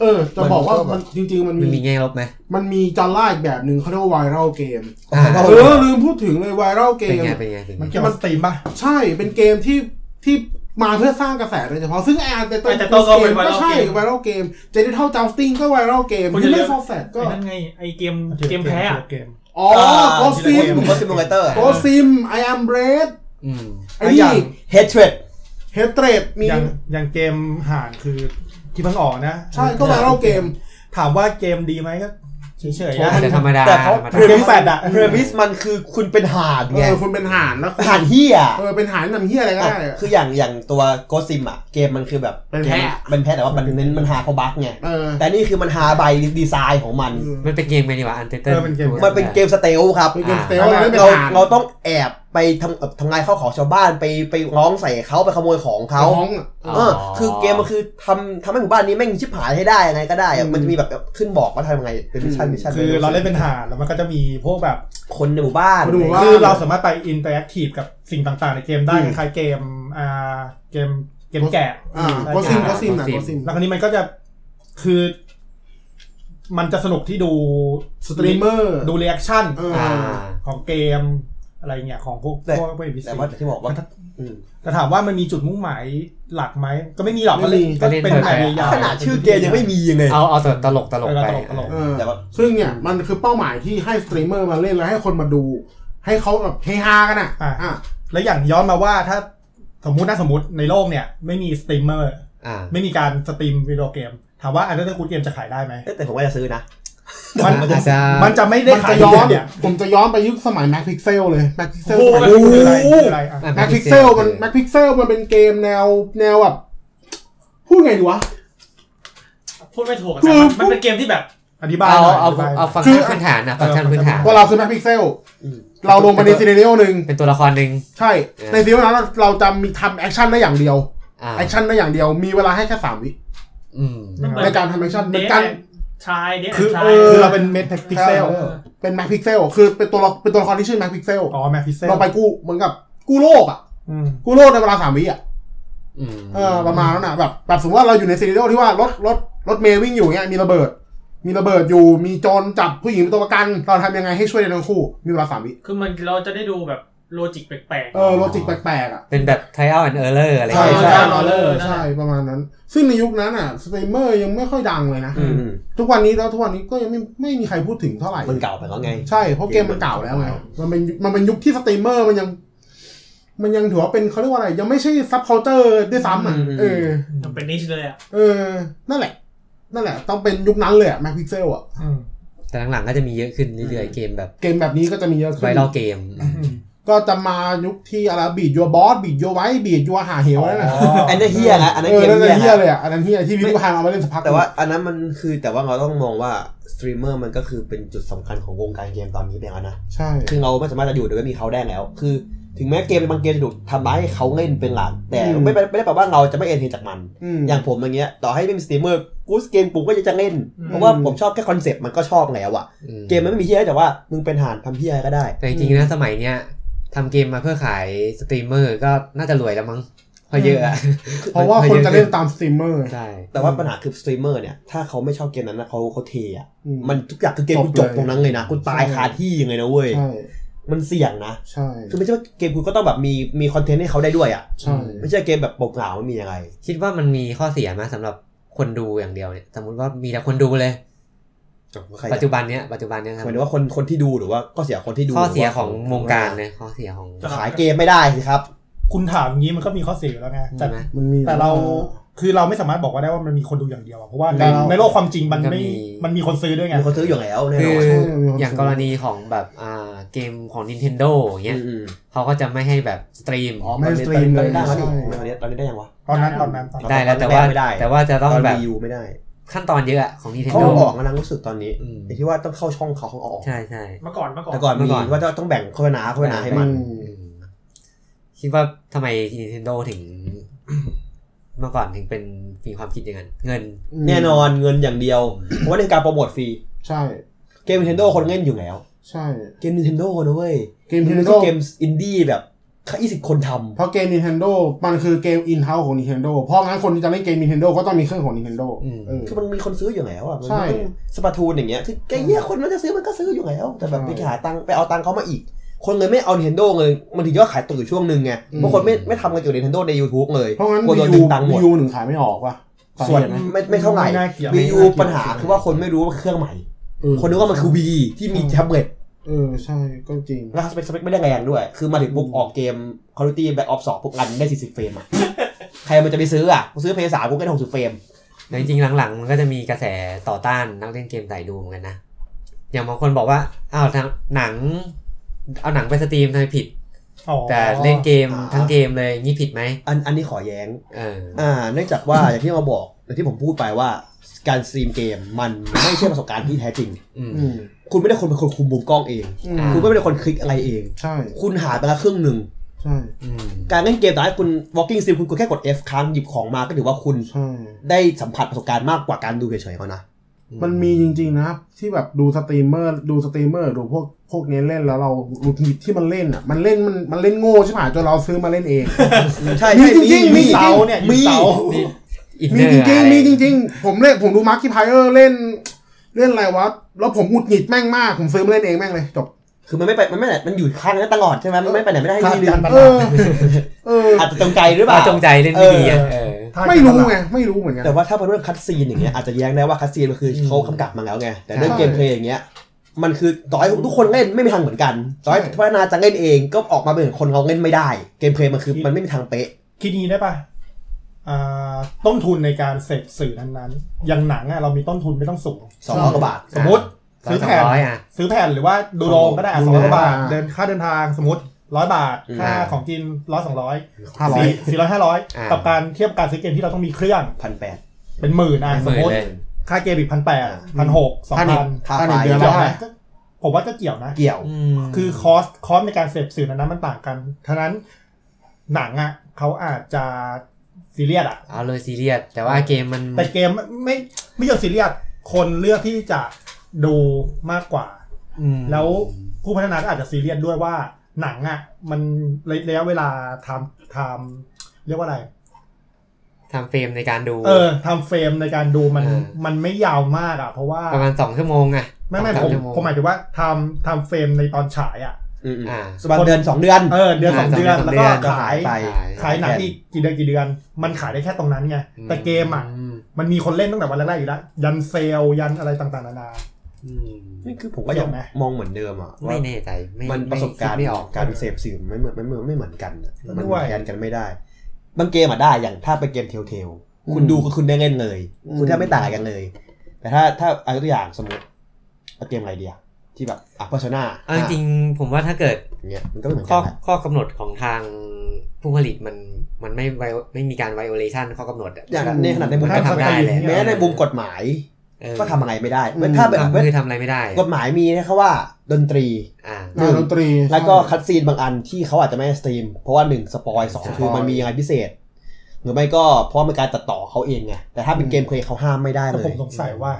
S2: เออ จะบอกว่ามันจริง ๆ มัน
S1: มัน
S2: มี
S1: มีแง่ลบไหม
S2: มันมีจอนล่าอีกแบบหนึ่งเขาเรียกว่าไวรัลเกม
S1: อ่า
S2: เออลืมพูดถึงเลยไวรัลเก
S1: เป็น
S2: ม
S1: ไงเป็นไงเป็นไง
S5: มันเกี่ยวกับสตรีมป่ะ
S2: ใช่เป็นเกมที่ที่มาเพื่อสร้างกระแสโดยเฉพาะ ซึ่งแอนแต่ต้น
S3: Undertale ก็เป็น viral
S2: ก็ใช่ไวรัลเกมเจนิทัลจัมสติ้งก็ไวรัลเกม
S3: คุณ
S2: ยู
S3: จะเลื
S2: เล่
S3: อก
S2: ฟอร์แฟตก็
S3: ไอ้นั่นไงไอเกมเกมแพ้อะ
S5: เกม
S2: อ๋อโกซิม
S4: โคซิมโมเตอร์
S2: โกซิมไอแอมเบรด
S1: อืม
S2: ไอ้นี่
S4: เฮดเทรด
S2: เฮดเตรดมี
S5: อย่างอย่างเกมห่านคือที่เพิ่งออกนะ
S2: ใช่ก็ไวรัลเกม
S5: ถามว่าเกมดีไหมก็เฉยๆ
S1: แต่
S5: นะ
S1: แต่ธรรมดา
S4: แต่เขา
S1: ธรรมดา
S4: เพร
S5: เก
S4: มิ
S5: ม
S4: ส
S5: แฟดอะ
S4: เพรมิสมันคือคุณเป็นหาด
S2: เอ
S4: ไง
S2: อคุณเป็นหานแล้ว
S4: หาดเฮีย
S2: เออเป็นหานนำเฮียอะไรก็ได้อะ
S4: คืออย่างอย่างตัวโกซิมอะเกมมันคือแบบ
S2: เป็น
S4: เก
S2: แพ้
S4: มมันแพ้แต่ว่ามันเน้นมันหาเขาบั๊กไง
S2: เออ
S4: แต่นี่คือมันหาใบดีไซน์ของมัน
S1: มันเป็นเกมไปดีกว่าอันเตอ
S5: เออ
S1: ร์
S5: เป็นเกม
S4: มันเป็นเกมสเตลครับ
S2: เป็นเกมสเตลเลยเป็น
S4: เรา
S2: หาน
S4: เราต้องแอบไปทำเอ่อทำลายข้าวของชาวบ้านไปไปร้องใส่เขาไปขโมยของเขา
S2: ท้องอะ
S4: เออคือเกมมันคือทำทำให้หมู่บ้านนี้แม่งชิบหายให้ได้ยังไงก็ได้อะ
S2: อืม
S4: มันจะมีแบบขึ้นบอกว่าทำยังไงเป็นมิชชั่นมิชชั่น
S5: คือเราเล่นเป็นห่านแล้วมันก็จะมีพวกแบบ
S4: คนในหมู่บ้าน
S2: คนในหมู่บ้น
S5: คือเราสามารถไปอินเตอร์แอคทีฟกับสิ่งต่างๆ ในเกมได้คล้ายๆเกมอ่าเกมเกมแกะ
S2: อ่าโกซิมโกซิมนะโกซิม
S5: แล้วคราวนี้มันก็จะคือ มันจะสนุกที่ดู
S2: สตรีมเมอร์
S5: ดูรีแอคชั่น
S2: เออ
S1: อ่า
S5: ของเกมอะไรเงี้ยของพวก
S4: แต่
S5: พวกพวก NPC
S4: แต่ว่าที่บอกว่าอืม
S5: แต่ถามว่ามันมีจุดมุ่งหมายหลักไหม ก็ไม่มีหรอก
S2: ไม่
S5: ก็
S2: มี
S5: เล่นก็
S1: ก็เล่น
S5: เป็น
S1: ไป
S5: หมายยาวๆ
S4: ขนาดชื่อเกมยังไม่มียังไง
S1: เอาเอาตลกตลก
S5: เออ
S1: ไป
S5: ตลกตลก
S2: เออ
S4: แต่ว่า
S2: ซึ่งเนี่ยมันคือเป้าหมายที่ให้สตรีมเมอร์มาเล่นแล้วให้คนมาดู ให้เขาแบบเฮฮากันอ่ะอ่ะ
S5: แล้วอย่างย้อนมาว่าถ้าสมมุตินะสมมติในโลกเนี่ย ไม่มีสตรีมเมอร์
S1: อ่า
S5: ไม่มีการสตรีมวิดีโอเกม ถามว่าอันเดอร์คูดเกมจะขายได้ไหม
S4: เอ๊ะแต่ผมว่าจะซื้อนะ
S5: มัน
S1: อาจจะ
S5: มันจะไม่ได้
S2: มัน
S5: ขา
S2: จะ
S5: ย
S2: ย้อน
S5: เนี่ย
S2: ผมจะย้อนไปยุคสมัยแม็กพิกเซลเลยแม็กพิกเซล
S3: โอ้โห
S5: มันคืออะไรคืออะไรอ่ะ
S2: แม็กพิกเซลมันแม็กพิกเซลมันเป็นเกมแนวแนวแบบพูดไงดีวะ
S3: พูดไม่ถูกอะ
S2: คือ
S3: มันเป็นเกมที่แบบ
S5: อธิบาย
S1: เอา
S5: หน่ย
S1: เอา
S5: ธิบยหน่ย
S1: เอาฟังก์
S2: คื
S1: ชั
S2: อ
S1: นพื้นฐานนะฟังก์ชันพื้นฐาน
S2: ตัวเราคือแม็กพิกเซล
S4: อืม
S2: เราลงไปในซีเรียลหนึ่ง
S1: เป็นตัวละครหนึ่ง
S2: ใช่
S1: เออ
S2: ในซีเรียลนั้นเราเราจะมีทำแอคชั่นได้อย่างเดียว
S1: อ่า
S2: แอคชั่นได้อย่างเดียวมีเวลาให้แค่สามวิ
S1: อืม
S3: มันเหมือ
S2: ใน
S3: น
S2: การทำแอคชั่น
S3: เด
S2: ใน
S3: ท
S2: การ
S3: ชายเดท
S5: คือ
S3: ชา
S5: เอย อเราเป็นเมทพิกเซล
S2: เออ เป็นแม็กพิกเซลคือเป็นตัวละเป็นตัวละครที่ชื่อแม็กพิกเซล
S5: อ๋อแมทพิกเซล
S2: เราไปกู้เหมือนกับกู้โลกอ่ะ
S5: อืม
S2: กู้โลกในเวลาสามวิอ่ะ
S1: อืม
S2: เออประมาณนั้นนะแบบแบบสมมติว่าเราอยู่ในซีรีส์ที่ว่ารถรถรถเมย์วิ่งอยู่เงี้ยมีระเบิด มีระเบิดอยู่มีโจรจับผู้หญิงเป็นตัวประกันเราทำยังไงให้ช่วยในทั้งคู่ มีเวลาสามวิ
S3: คือมันเราจะได้ดูแบบโลจิกแปลก
S2: เออโลจิกแปลกๆอ่ะ
S1: เป็นแบบ trial and error อะไร
S2: ใช่
S3: ใช่
S2: ใช่
S3: ใช่
S2: เออใช่ประมาณนั้น ซึ่งในยุคนั้นอ่ะสตรีมเมอร์ยังไม่ค่อยดังเลยนะ
S4: อืม
S2: ทุกวันนี้แล้วทุกวันนี้ก็ยังไม่ไม่มีใครพูดถึงเท่าไหร่
S4: มันเก่าไปแล้วไง
S2: ใช่เพราะเกมมันเก่าแล้วไงมันเป็นมันเป็นยุคที่สตรีมเมอร์มันยัง มันยังถือว่าเป็นเขาเรียกว่าอะไร ยังไม่ใช่ซับเคาน์เตอร์ด้วยซ้ำอ่ะ
S4: อืม
S2: เออ
S3: ๆมันเป็นนิชเลยอ่ะ
S2: เออ นั่นแหละ นั่นแหละ ต้องเป็นยุคนั้นเลยอะแม็กพิกเซลอะ
S5: อืม
S1: แต่หลังๆก็จะมีเยอะขึ้นเรื่อยๆเกมแบบ
S2: เกมแบบนี้ก็จะมีเยอะ
S1: ไว
S2: ขึ้น
S1: รัลเกม
S5: อืม
S2: ก็จะมายุคที่อะไรบีดยัวบอสบีดยัวไว้บีดยัวหาเหวนั่นแหละ
S4: อันนั้นเฮียนะอันนั้น
S2: เอ
S4: เก
S2: อ
S4: ม
S2: นั่นแหละ
S4: เฮี
S2: เฮี
S4: ย
S2: ย
S4: นะ
S2: เลยอะอันนั้นเฮียที่พี่พายมาเล่นสักพัก
S4: แต่ว่าอันนั้นมันคือแต่ว่าเราต้องมองว่าสตรีมเมอร์มันก็คือเป็นจุดสำคัญของวงการเกมตอนนี้ไปแล้วนะ
S2: ใช่
S4: คือเราไม่สามารถจะอยู่โดยไม่มีเขาได้แล้ว คือ ถึงแม้เกมบางเกมจะถูกทำร้ายให้เขาเล่นเป็นหลักแต่
S2: อืม
S4: ไม่เป็นไม่ได้แปลว่าเราจะไม่เอ็นเทนจากมัน
S2: อืม
S4: อย่างผมอย่างเงี้ย ต่อให้ไม่มีสตรีมเมอร์กูสเกมผมก็จะจะเล่น เพราะว่าผมชอบแค่คอนเซปต์มันก็ชอบแล้วอะ
S1: อืม
S4: เกมมันไม่มีเฮียแต่ว่ามึงเป็นหานทำเฮียก็ได้
S1: แต่จริงๆนะสมัยเนี้ยทำเกมมาเพื่อขายสตรีมเมอร์ก็น่าจะรวยแล้วมั้ง
S4: โ
S1: พอเยอะอะ
S2: เพราะว่าคนจะเล่นตามสตรีมเมอร์
S1: ใช่
S4: แต่ว่าปัญหาคือสตรีมเมอร์เนี่ย ถ้าเขาไม่ชอบเกมนั้นนะเขาเขาเทอ่ะ
S2: อืม
S4: มันทุกอย่างคือเกมคุณจบตรงนั้นเลยนะ คุณตาย
S2: ใช่
S4: คาที่ยังไงนะเว้ย
S2: ใช่
S4: มันเสี่ยงนะ
S2: ใช่
S4: คือไม่ใช่ว่าเกมคุณก็ต้องแบบมีมีคอนเทนต์ให้เขาได้ด้วยอ่ะ
S2: ใช่
S4: ไม่ใช่เกมแบบเปล่าๆไม่มีอะไร
S1: คิดว่ามันมีข้อเสียไหมสำหรับคนดูอย่างเดียวเนี่ยสมมติว่ามีแต่คนดูเลย ปัจจุบันเนี้ยปัจจุบันเนี้ยครับ
S4: หมายถึงว่าคนคนที่ดูหรือว่าข้อเสียของคนที่ดู
S1: ข้อเสียของ
S4: ห
S1: ว
S4: ว่
S1: งการเนี่ยข้อเสียของ
S4: ขายเกมไม่ได้สิครับ
S5: คุณถามอย่างนี้มันก็มีข้อเสียอยู่แล้วไงแต่
S1: ใช่ไหม
S2: มันมี
S5: แต่เราคือเราไม่สามารถบอกว่าได้ว่ามันมีคนดูอย่างเดียวอะเพราะว่าใน
S2: แต่เรา
S5: ในโลกความจริงมัน
S1: มันก็
S5: ไม่
S1: มี
S5: มันมีคนซื้อด้วยไง
S4: มีคนซื้ออยู่แล้วแน่
S1: คื
S4: น
S1: อ
S4: อน
S1: อย่างกรณีของแบบอ่าเกมของ Nintendo อย่างเงี้ย
S4: อืม
S1: เขาก็จะไม่ให้แบบสตรีม
S2: อ๋อ
S4: ๆ
S2: ไม่สตรีมเลย
S4: ตอนนี้ได้ไหม
S2: ใช่
S4: ตอนนี้ตอนนี้ได้ยังวะ
S5: ตอนนั้นตอนนั้นตอนนั้น
S1: ได้แล้ว
S4: ต
S1: แต่
S4: อนแรก
S1: ว่า
S4: ไม่ได้
S1: แต่ว่าจะต้องแบบ
S4: ตอน Wii U ไม่ได้
S1: ขั้นตอนเยอะอะของ
S4: เขา
S1: Nintendo
S4: ออกกำลังรู้สึกตอนนี้
S1: อืม
S4: ไอ้ที่ว่าต้องเข้าช่องเขาเขาเอาออก
S1: ใช่ใช่
S3: เมื่อก่อนเมื่อก่อน
S4: แต่ก่อน
S1: เมื่
S4: มี
S1: อก่อน
S4: ว่าต้องแบ่งโฆษณาโฆษณาให้มัน
S2: อืม
S1: อืมคิดว่าทำไม Nintendo ถึง [coughs] เมื่อก่อนถึงเป็นมีความคิดอย่างนั้น เงิน
S4: แน่นอนเงินอย่างเดียว เพราะว่าในการโปรโมทฟรี
S2: ใช่
S4: เกม Nintendo คนเล่นอยู่แล้ว
S2: ใช่
S4: เกม Nintendo นะเว้ย
S2: เกม
S4: มันไม่
S2: Nintendo
S4: ใช่เกมอินดี้แบบยี่สิบคนทำ
S2: เพราะเกม Nintendo มันคือเกม in house ของ Nintendo เพราะงั้นคนที่จะเล่นเกม Nintendo ก็ต้องมีเครื่องของ Nintendo
S1: อืม
S2: เออ
S4: คือมันมีคนซื้ออยู่แล้วอ่ะ มัน
S2: ใช่
S4: ต้องสปาทูนอย่างเงี้ย คือแกเยี่ยคนมันจะซื้อมันก็ซื้ออยู่แล้ว แต่แบบ
S2: ใช่
S4: ไปหาตังค์ไปเอาตังค์เขามาอีก คนเลยไม่เอา Nintendo เลยมันถึงยอดขายตกอยู่ช่วงหนึ่งไง
S2: อืม
S4: บางคนไม่ไม่ทำกันอยู่ Nintendo ใน YouTube เลย
S2: เพราะงั้น
S4: กลัวโดน
S2: Wii
S4: ดึ
S2: U
S4: งตังค์หมด
S2: Wii U หนึ่งขายไม่ออกว่ะ
S4: ส่วน
S2: สาเหตุะ
S4: ไม่ไม่เท่าไหร่
S5: ม่น่เกี่ยว
S4: Wii U
S2: ไม่น่าเกี่ยว
S4: ปัญหาคือว่าคนไม่รู้ว่าเครื่องใหม่
S2: เออ
S4: คนนึกว่ามันคือ Wii ที่มีแท็บเล็ต
S2: เออใช่ก็จริง
S4: แล้วสเปคสเปคไม่ได้แรงด้วย คือมาถึงปุ๊บออกเกม Call of Duty Black Ops 2ปุ๊บรันได้ 40 เฟรมอ่ะ ใครมันจะไปซื้ออ่ะกูซื้อเพย์สามกูก็ได้60 เฟรม
S1: แต่จริงๆหลังๆ มันก็จะมีกระแสต่อต้านนักเล่นเกมไต่ดูเหมือนกันนะ อย่างบางคนบอกว่า อ้าวทางหนัง เอาหนังไปสตรีมทำไมผิด
S5: อ๋อ
S1: แต่เล่นเกม
S4: อ่า
S1: ทั้งเกมเลยงี้ผิดไหม
S4: อันอันนี้ขอแย้ง
S1: เออ
S4: อ่า เนื่องจากว่า อย่างที่มาบอก อย่างที่ผมพูดไปว่า การสตรีมเกมมันไม่ใช่ประสบการณ์ที่แท้จริง
S1: อืม
S2: อืม
S4: คุณไม่ได้คนเป็นคนคุมมุมกล้องเอง
S2: อืม
S1: อ่า
S4: คุณไม่ได้คนคลิกอะไรเอง
S2: ใช่
S4: คุณหายไปละครึ่งหนึ่ง
S2: ใช่
S1: อืม
S4: การเล่นเกมต่อให้คุณ walking sim คุณกดแค่กด F ค้างหยิบของมาก็ถือว่าคุณ
S2: ใช่
S4: ได้สัมผัสประสบการณ์มากกว่าการดูเฉยๆเขานะ
S2: มันมีจริง ๆ นะ ที่แบบดูสตรีมเมอร์ดูสตรีมเมอร์ดูพวกพวกนี้เล่นแล้วเราหงุดหงิดที่มันเล่นอ่ะมันเล่นมันมันเล่นโง่ใช่ไหมจนเราซื้อมาเล่นเอง
S4: ใช่
S2: มี
S4: ใช่
S2: จริงๆมีจริ
S4: เสาง
S2: ๆ
S4: เนี่ย
S5: มี
S4: มีเสา
S1: อิน
S2: มี
S1: เนอร์
S2: จริงๆมีจ
S1: อะไร
S2: ริงๆ ผมเล่นผมดูมาร์คที่ไพเออร์เล่น เล่นอะไรวะ แล้วผมหงุดหงิดแม่งมาก ผมซื้อมาเล่นเองแม่งเลยจบ
S4: คือมันไม่ไปมันไม่ไหนมันอยู่ข้างนั้นตลอดใช่ไหมมันไม่ไปไหนไม่ได้ให้
S5: ขาด
S4: ดี
S5: การต
S2: เอ
S5: ล [laughs] าด
S2: อเออ
S4: อาจจะจงใจหรือเป
S1: เรา
S4: ล่า
S1: จงใจเล่นไม่ดีอ่ะ
S5: เออ
S1: เออ
S2: ไม่รู้ไงไม่รู้เหมือนกัน
S4: แต่ว่าถ้าเป็นเรื่องคัดซีนอย่างเงี้ยอาจจะแย้งได้ว่าคัดซีนมันคือ
S1: อืม
S4: เขากำกับมาแล้วไง แต่เรื่อง
S2: ใช่
S4: เกมเพลย์อย่างเงี้ย มันคือต่อให้ทุกคนเล่นไม่มีทางเหมือนกันต่อให้
S2: ใช่
S4: พัฒนาจะเล่นเองก็ออกมาเป็นเหมือนคนเขาเล่นไม่ได้ เกมเพลย์มันคือมันไม่มีทางเป๊ะ
S5: คิดนี้ได้ปะอ่าต้นทุนในการเสพสื่อนั้นๆ อย่างหนังอะเรามีต้นทุนไม่ต้องสูง
S4: สองร้อยกว่าบาท
S5: สมมติ
S1: อ่ะ
S5: ซื้อแผ่น
S1: สองร้อยอ่ะ
S5: ซื้อแผ่นหรือว่าดูโรงก็ได้
S2: ดู
S5: สอง
S2: โร
S5: ร้อง ยบาท
S2: อ่า
S5: เดินค่าเดินทางสมมติร้อยบาท
S4: อืม
S5: ค่าของกินร้อยสองร้อย
S2: ห้าร้อย
S5: สี่สี่ร้อยห้าร้อย
S1: อ่า
S5: กับการเทียบการซื้อเกมที่เราต้องมีเครื่อง
S4: พันแปด
S5: เป็นหมื่นอ่ะ
S1: เป็นห
S5: สม
S1: มื่น
S5: มติ
S1: เลย
S5: ค่าเกมอีกพันแปด
S4: อ่า
S5: พันหกสองพัน
S4: ค่า
S2: อัน
S4: ไฟ
S2: นี้เดือนละ
S5: เกี่ยวไหม
S2: ห้า
S5: ก็ผมว่าก็เกี่ยวนะ
S4: เกี่ยว
S5: คือคอสคอสในการเสพสื่อนั้นๆมันต่างกันทั้นั้นหนังอ่ะเขาอาจจะซีเรียสอ่ะ
S1: เอาเลยซีเรียส แต่ว่าเกมมัน
S5: แต่เกมไม่ไม่ไม่ยอมซีเรียสคนเลือกที่จะดูมากกว่า
S1: อืม
S5: แล้วผู้พัฒนาก็อาจจะซีเรียสด้วยว่าหนังอ่ะ มันระระยะเวลาไทม์ไทม์เรียกว่าอะไร
S1: ทำเฟรมในการดู
S5: เออไทม์เฟรมในการดูมัน
S1: อ่า
S5: มันไม่ยาวมากอ่ะ เพราะว่า
S1: ประมาณสองชั่วโมงอ่ะ
S5: ไม่ไม่
S1: สอง
S5: ผม
S1: สาชั่วโง
S5: ผมหมายถึงว่าไทม์ไทม์เฟรมในตอนฉายอ่ะ
S4: อืมๆ
S1: อ่า
S4: สมบัติเดือนสองเดือน
S5: เออเดือนสอง
S1: อ่า
S5: เดือน
S1: สอง
S5: แล้ว
S1: เดื
S5: ก็
S1: อน
S5: ขาย
S4: ก็ขายไป
S5: ขายหนังอีกกี่เดือนกี่เดือน มันขายได้แค่ตรงนั้นไงแต่เกมอ่ะ
S1: ม
S5: มันมีคนเล่นตั้งแต่วันแรกๆอยู่แล้วยันเซลลยันอะไรต่างๆนานา
S1: อืม
S4: นี่คือผมก็ยัง
S5: เกี่ยวไหม
S4: มองเหมือนเดิมอ่ะว่า
S1: ไม่แน่ใจไ
S4: มันประสบการณ์
S1: ไม่ออก
S4: การเสพสื่อไม่เหมือนไม่เหมือนไม่เหมือนกันอะมัน
S5: ด้วย
S4: แทนกันไม่ได้ บางเกมอะได้อย่างถ้าเป็นเกมเทลเทลคุณ
S2: อืม
S4: ดูคือคุณได้เล่นเลย
S2: อืม
S4: คุณแทบไม่ต่างกันเลย แต่ถ้าถ้าเอาตัวอย่างสมมติเอาเกมอะไรเดียที่แบบอ่ะเพอร์ซนา
S1: เอาจริงๆผมว่าถ้าเกิด
S4: เงี้ยมันก็ไม่เหมือน
S1: ข้
S4: กั
S1: อน
S4: นะ
S1: ข้อกำหนดของทางผู้ผลิตมันมันไม่ vio- ไม่มีการ violation ข้อกำหนดอะ
S4: อย่างในขนาดในมุม
S1: มันก็ทำได้แหละ
S4: แม้ในมุมกฎหมาย
S1: เออ
S4: ก็ทำอะไรไม่ได้
S2: อืม
S4: ถ้าแบบ
S1: ทำคือทำอะไรไม่ได้
S4: กฎหมายมีนะครับว่าดนตรี
S1: อ่า
S2: งานดนตรี
S4: แล้วก็คั
S2: ด
S4: ดซีนบางอันที่เขาอาจจะไม่ให้สตรีม เพราะว่าหนึ่งสปอยสอง
S1: ใช่
S4: คือมันมีอะไรพิเศษ หรือไม่ก็เพราะมันการตัดต่อเขาเองไง แต่ถ้าเป็น
S2: อืม
S4: เกมเพลย์เขาห้ามไม่ได้
S5: แต่
S4: เล
S5: ผ
S4: ย
S5: มสงสัยว่า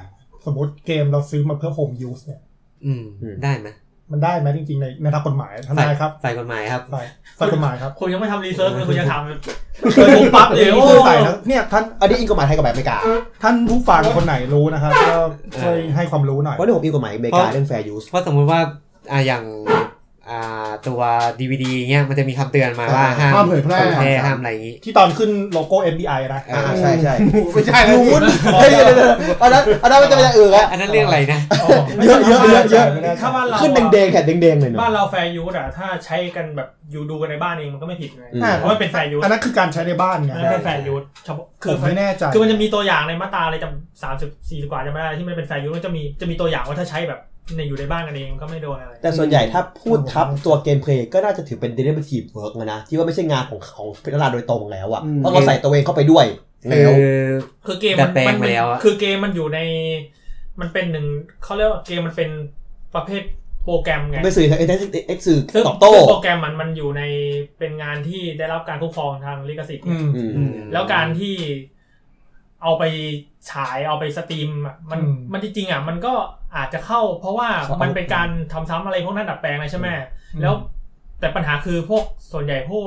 S5: สมมติเกมเราซื้อมาเพื่อโฮมยูสเนี่ย
S1: อืม
S4: อืม
S1: ได้ไหม
S5: มันได้ไหมจริงๆในในทางกฎหมายทำได้ครับ
S1: ใส่กฎหมายครับ
S5: ฝ่ายฝ่ายกฎหมาย
S3: [laughs]
S5: ครับ
S3: คุณยังไม่ทำรีเสิร์ชเลยคุณจะถามเปิดปุ๊บปั๊บเดี๋ยว
S5: นี่คือใส่ทั้งเนี่ยท่าน
S4: อันนี้อิงกฎหมายไทยกับแบบอเมริกา
S5: ท่านผู้ฟังคนไหนรู้นะครับก็ช่วยให้ความรู้หน่อย
S4: เพราะที่ผมอิงกฎหมายอเมริการ
S1: เพาะ
S4: เรื่อง fair use
S1: เพราะสมมุติว่าอ่าอย่างอ่าตัว DVD เงี้ยมันจะมีคำเตือนมาว่าห้าม
S2: ห้ามเผยแพร่
S1: แพร่ห้ามอะไรอย่างงี้
S5: ที่ตอนขึ้นโลโก้ FBI นะ
S4: อ่าใช่ใช่
S2: ไม่ใช่แล้ว
S4: ยูนเฮ้ยเดี๋ยวเดี๋ยวเดี๋ยวอันนั้นอันนั้นมันจะเป็นอย่างอื่นละ
S1: อันนั้นเรื่องอะไรนะ
S5: เยอะเยอะเยอะเยอะ
S3: ถ้าบ้านเรา
S4: ขึ้นแดงๆแขนแดงๆเลยเนาะ
S3: บ้านเราแฟร์ยูสอะถ้าใช้กันแบบอยู่ดูกันในบ้านเองมันก็ไม่ผิดไง
S4: อืม
S3: เพราะมันเป็นแฟร์ยูส
S5: อันนั้นคือการใช้ในบ้านไง
S3: มันเป็นแฟร์ยูสเฉพาะ
S5: ผ
S3: คือ
S5: ม
S3: แฟ
S5: ไม่
S3: ร์
S5: แน่ใจ
S3: คือมันจะมีตัวอย่างในมาตราอะไรจำสามสิบสี่สิบกว่าจะไม่ได้ที่มันเป็นแฟร์ยูสมันจะมีจะมีตัวอย่างว่าถ้าใช้แบบในอยู่ในบ้านกันเองมันก็ไม่โดนอะไร
S4: แต่ส่วนใหญ่ถ้าพูดทับตัวเกมเพลย์ก็น่าจะถือเป็น derivative work นะนะที่ว่าไม่ใช่งานของของพิจารณาโดยตรงแล้วอะ
S2: อืม
S4: เพราะเราใส่ตัวเองเข้าไปด้วย
S1: คื
S4: แล้ว
S1: อ
S3: คือเกม
S1: ดั
S3: มั
S1: ด
S3: น
S1: แปลง
S3: มัน
S1: ไปแล้วอะ
S3: คือเกมมันอยู่ใน มันเป็นหนึ่งเขาเรียกว่าเกมมันเป็นประเภทโปรแกรมไง
S4: เป็นสื่อเอ็กซ์สื่อ
S3: ซึ่ง
S4: ตอบโต้
S3: ซึ่งโปรแกรมมันมันอยู่ในเป็นงานที่ได้รับการคุ้มครองทางลิขสิทธิ์
S5: อืม
S4: อืม
S3: แล้วการที่เอาไปฉายเอาไปสตรีมอะมัน
S5: อืม
S3: มันจริงๆอ่ะมันก็อาจจะเข้า เพราะว่า
S4: เข้ามั
S3: มันเป็นการทำซ้ำอะไรพวกนั้นดัดแปลงอะไรใช่ไหมแล้วแต่ปัญหาคือพวกส่วนใหญ่ผู้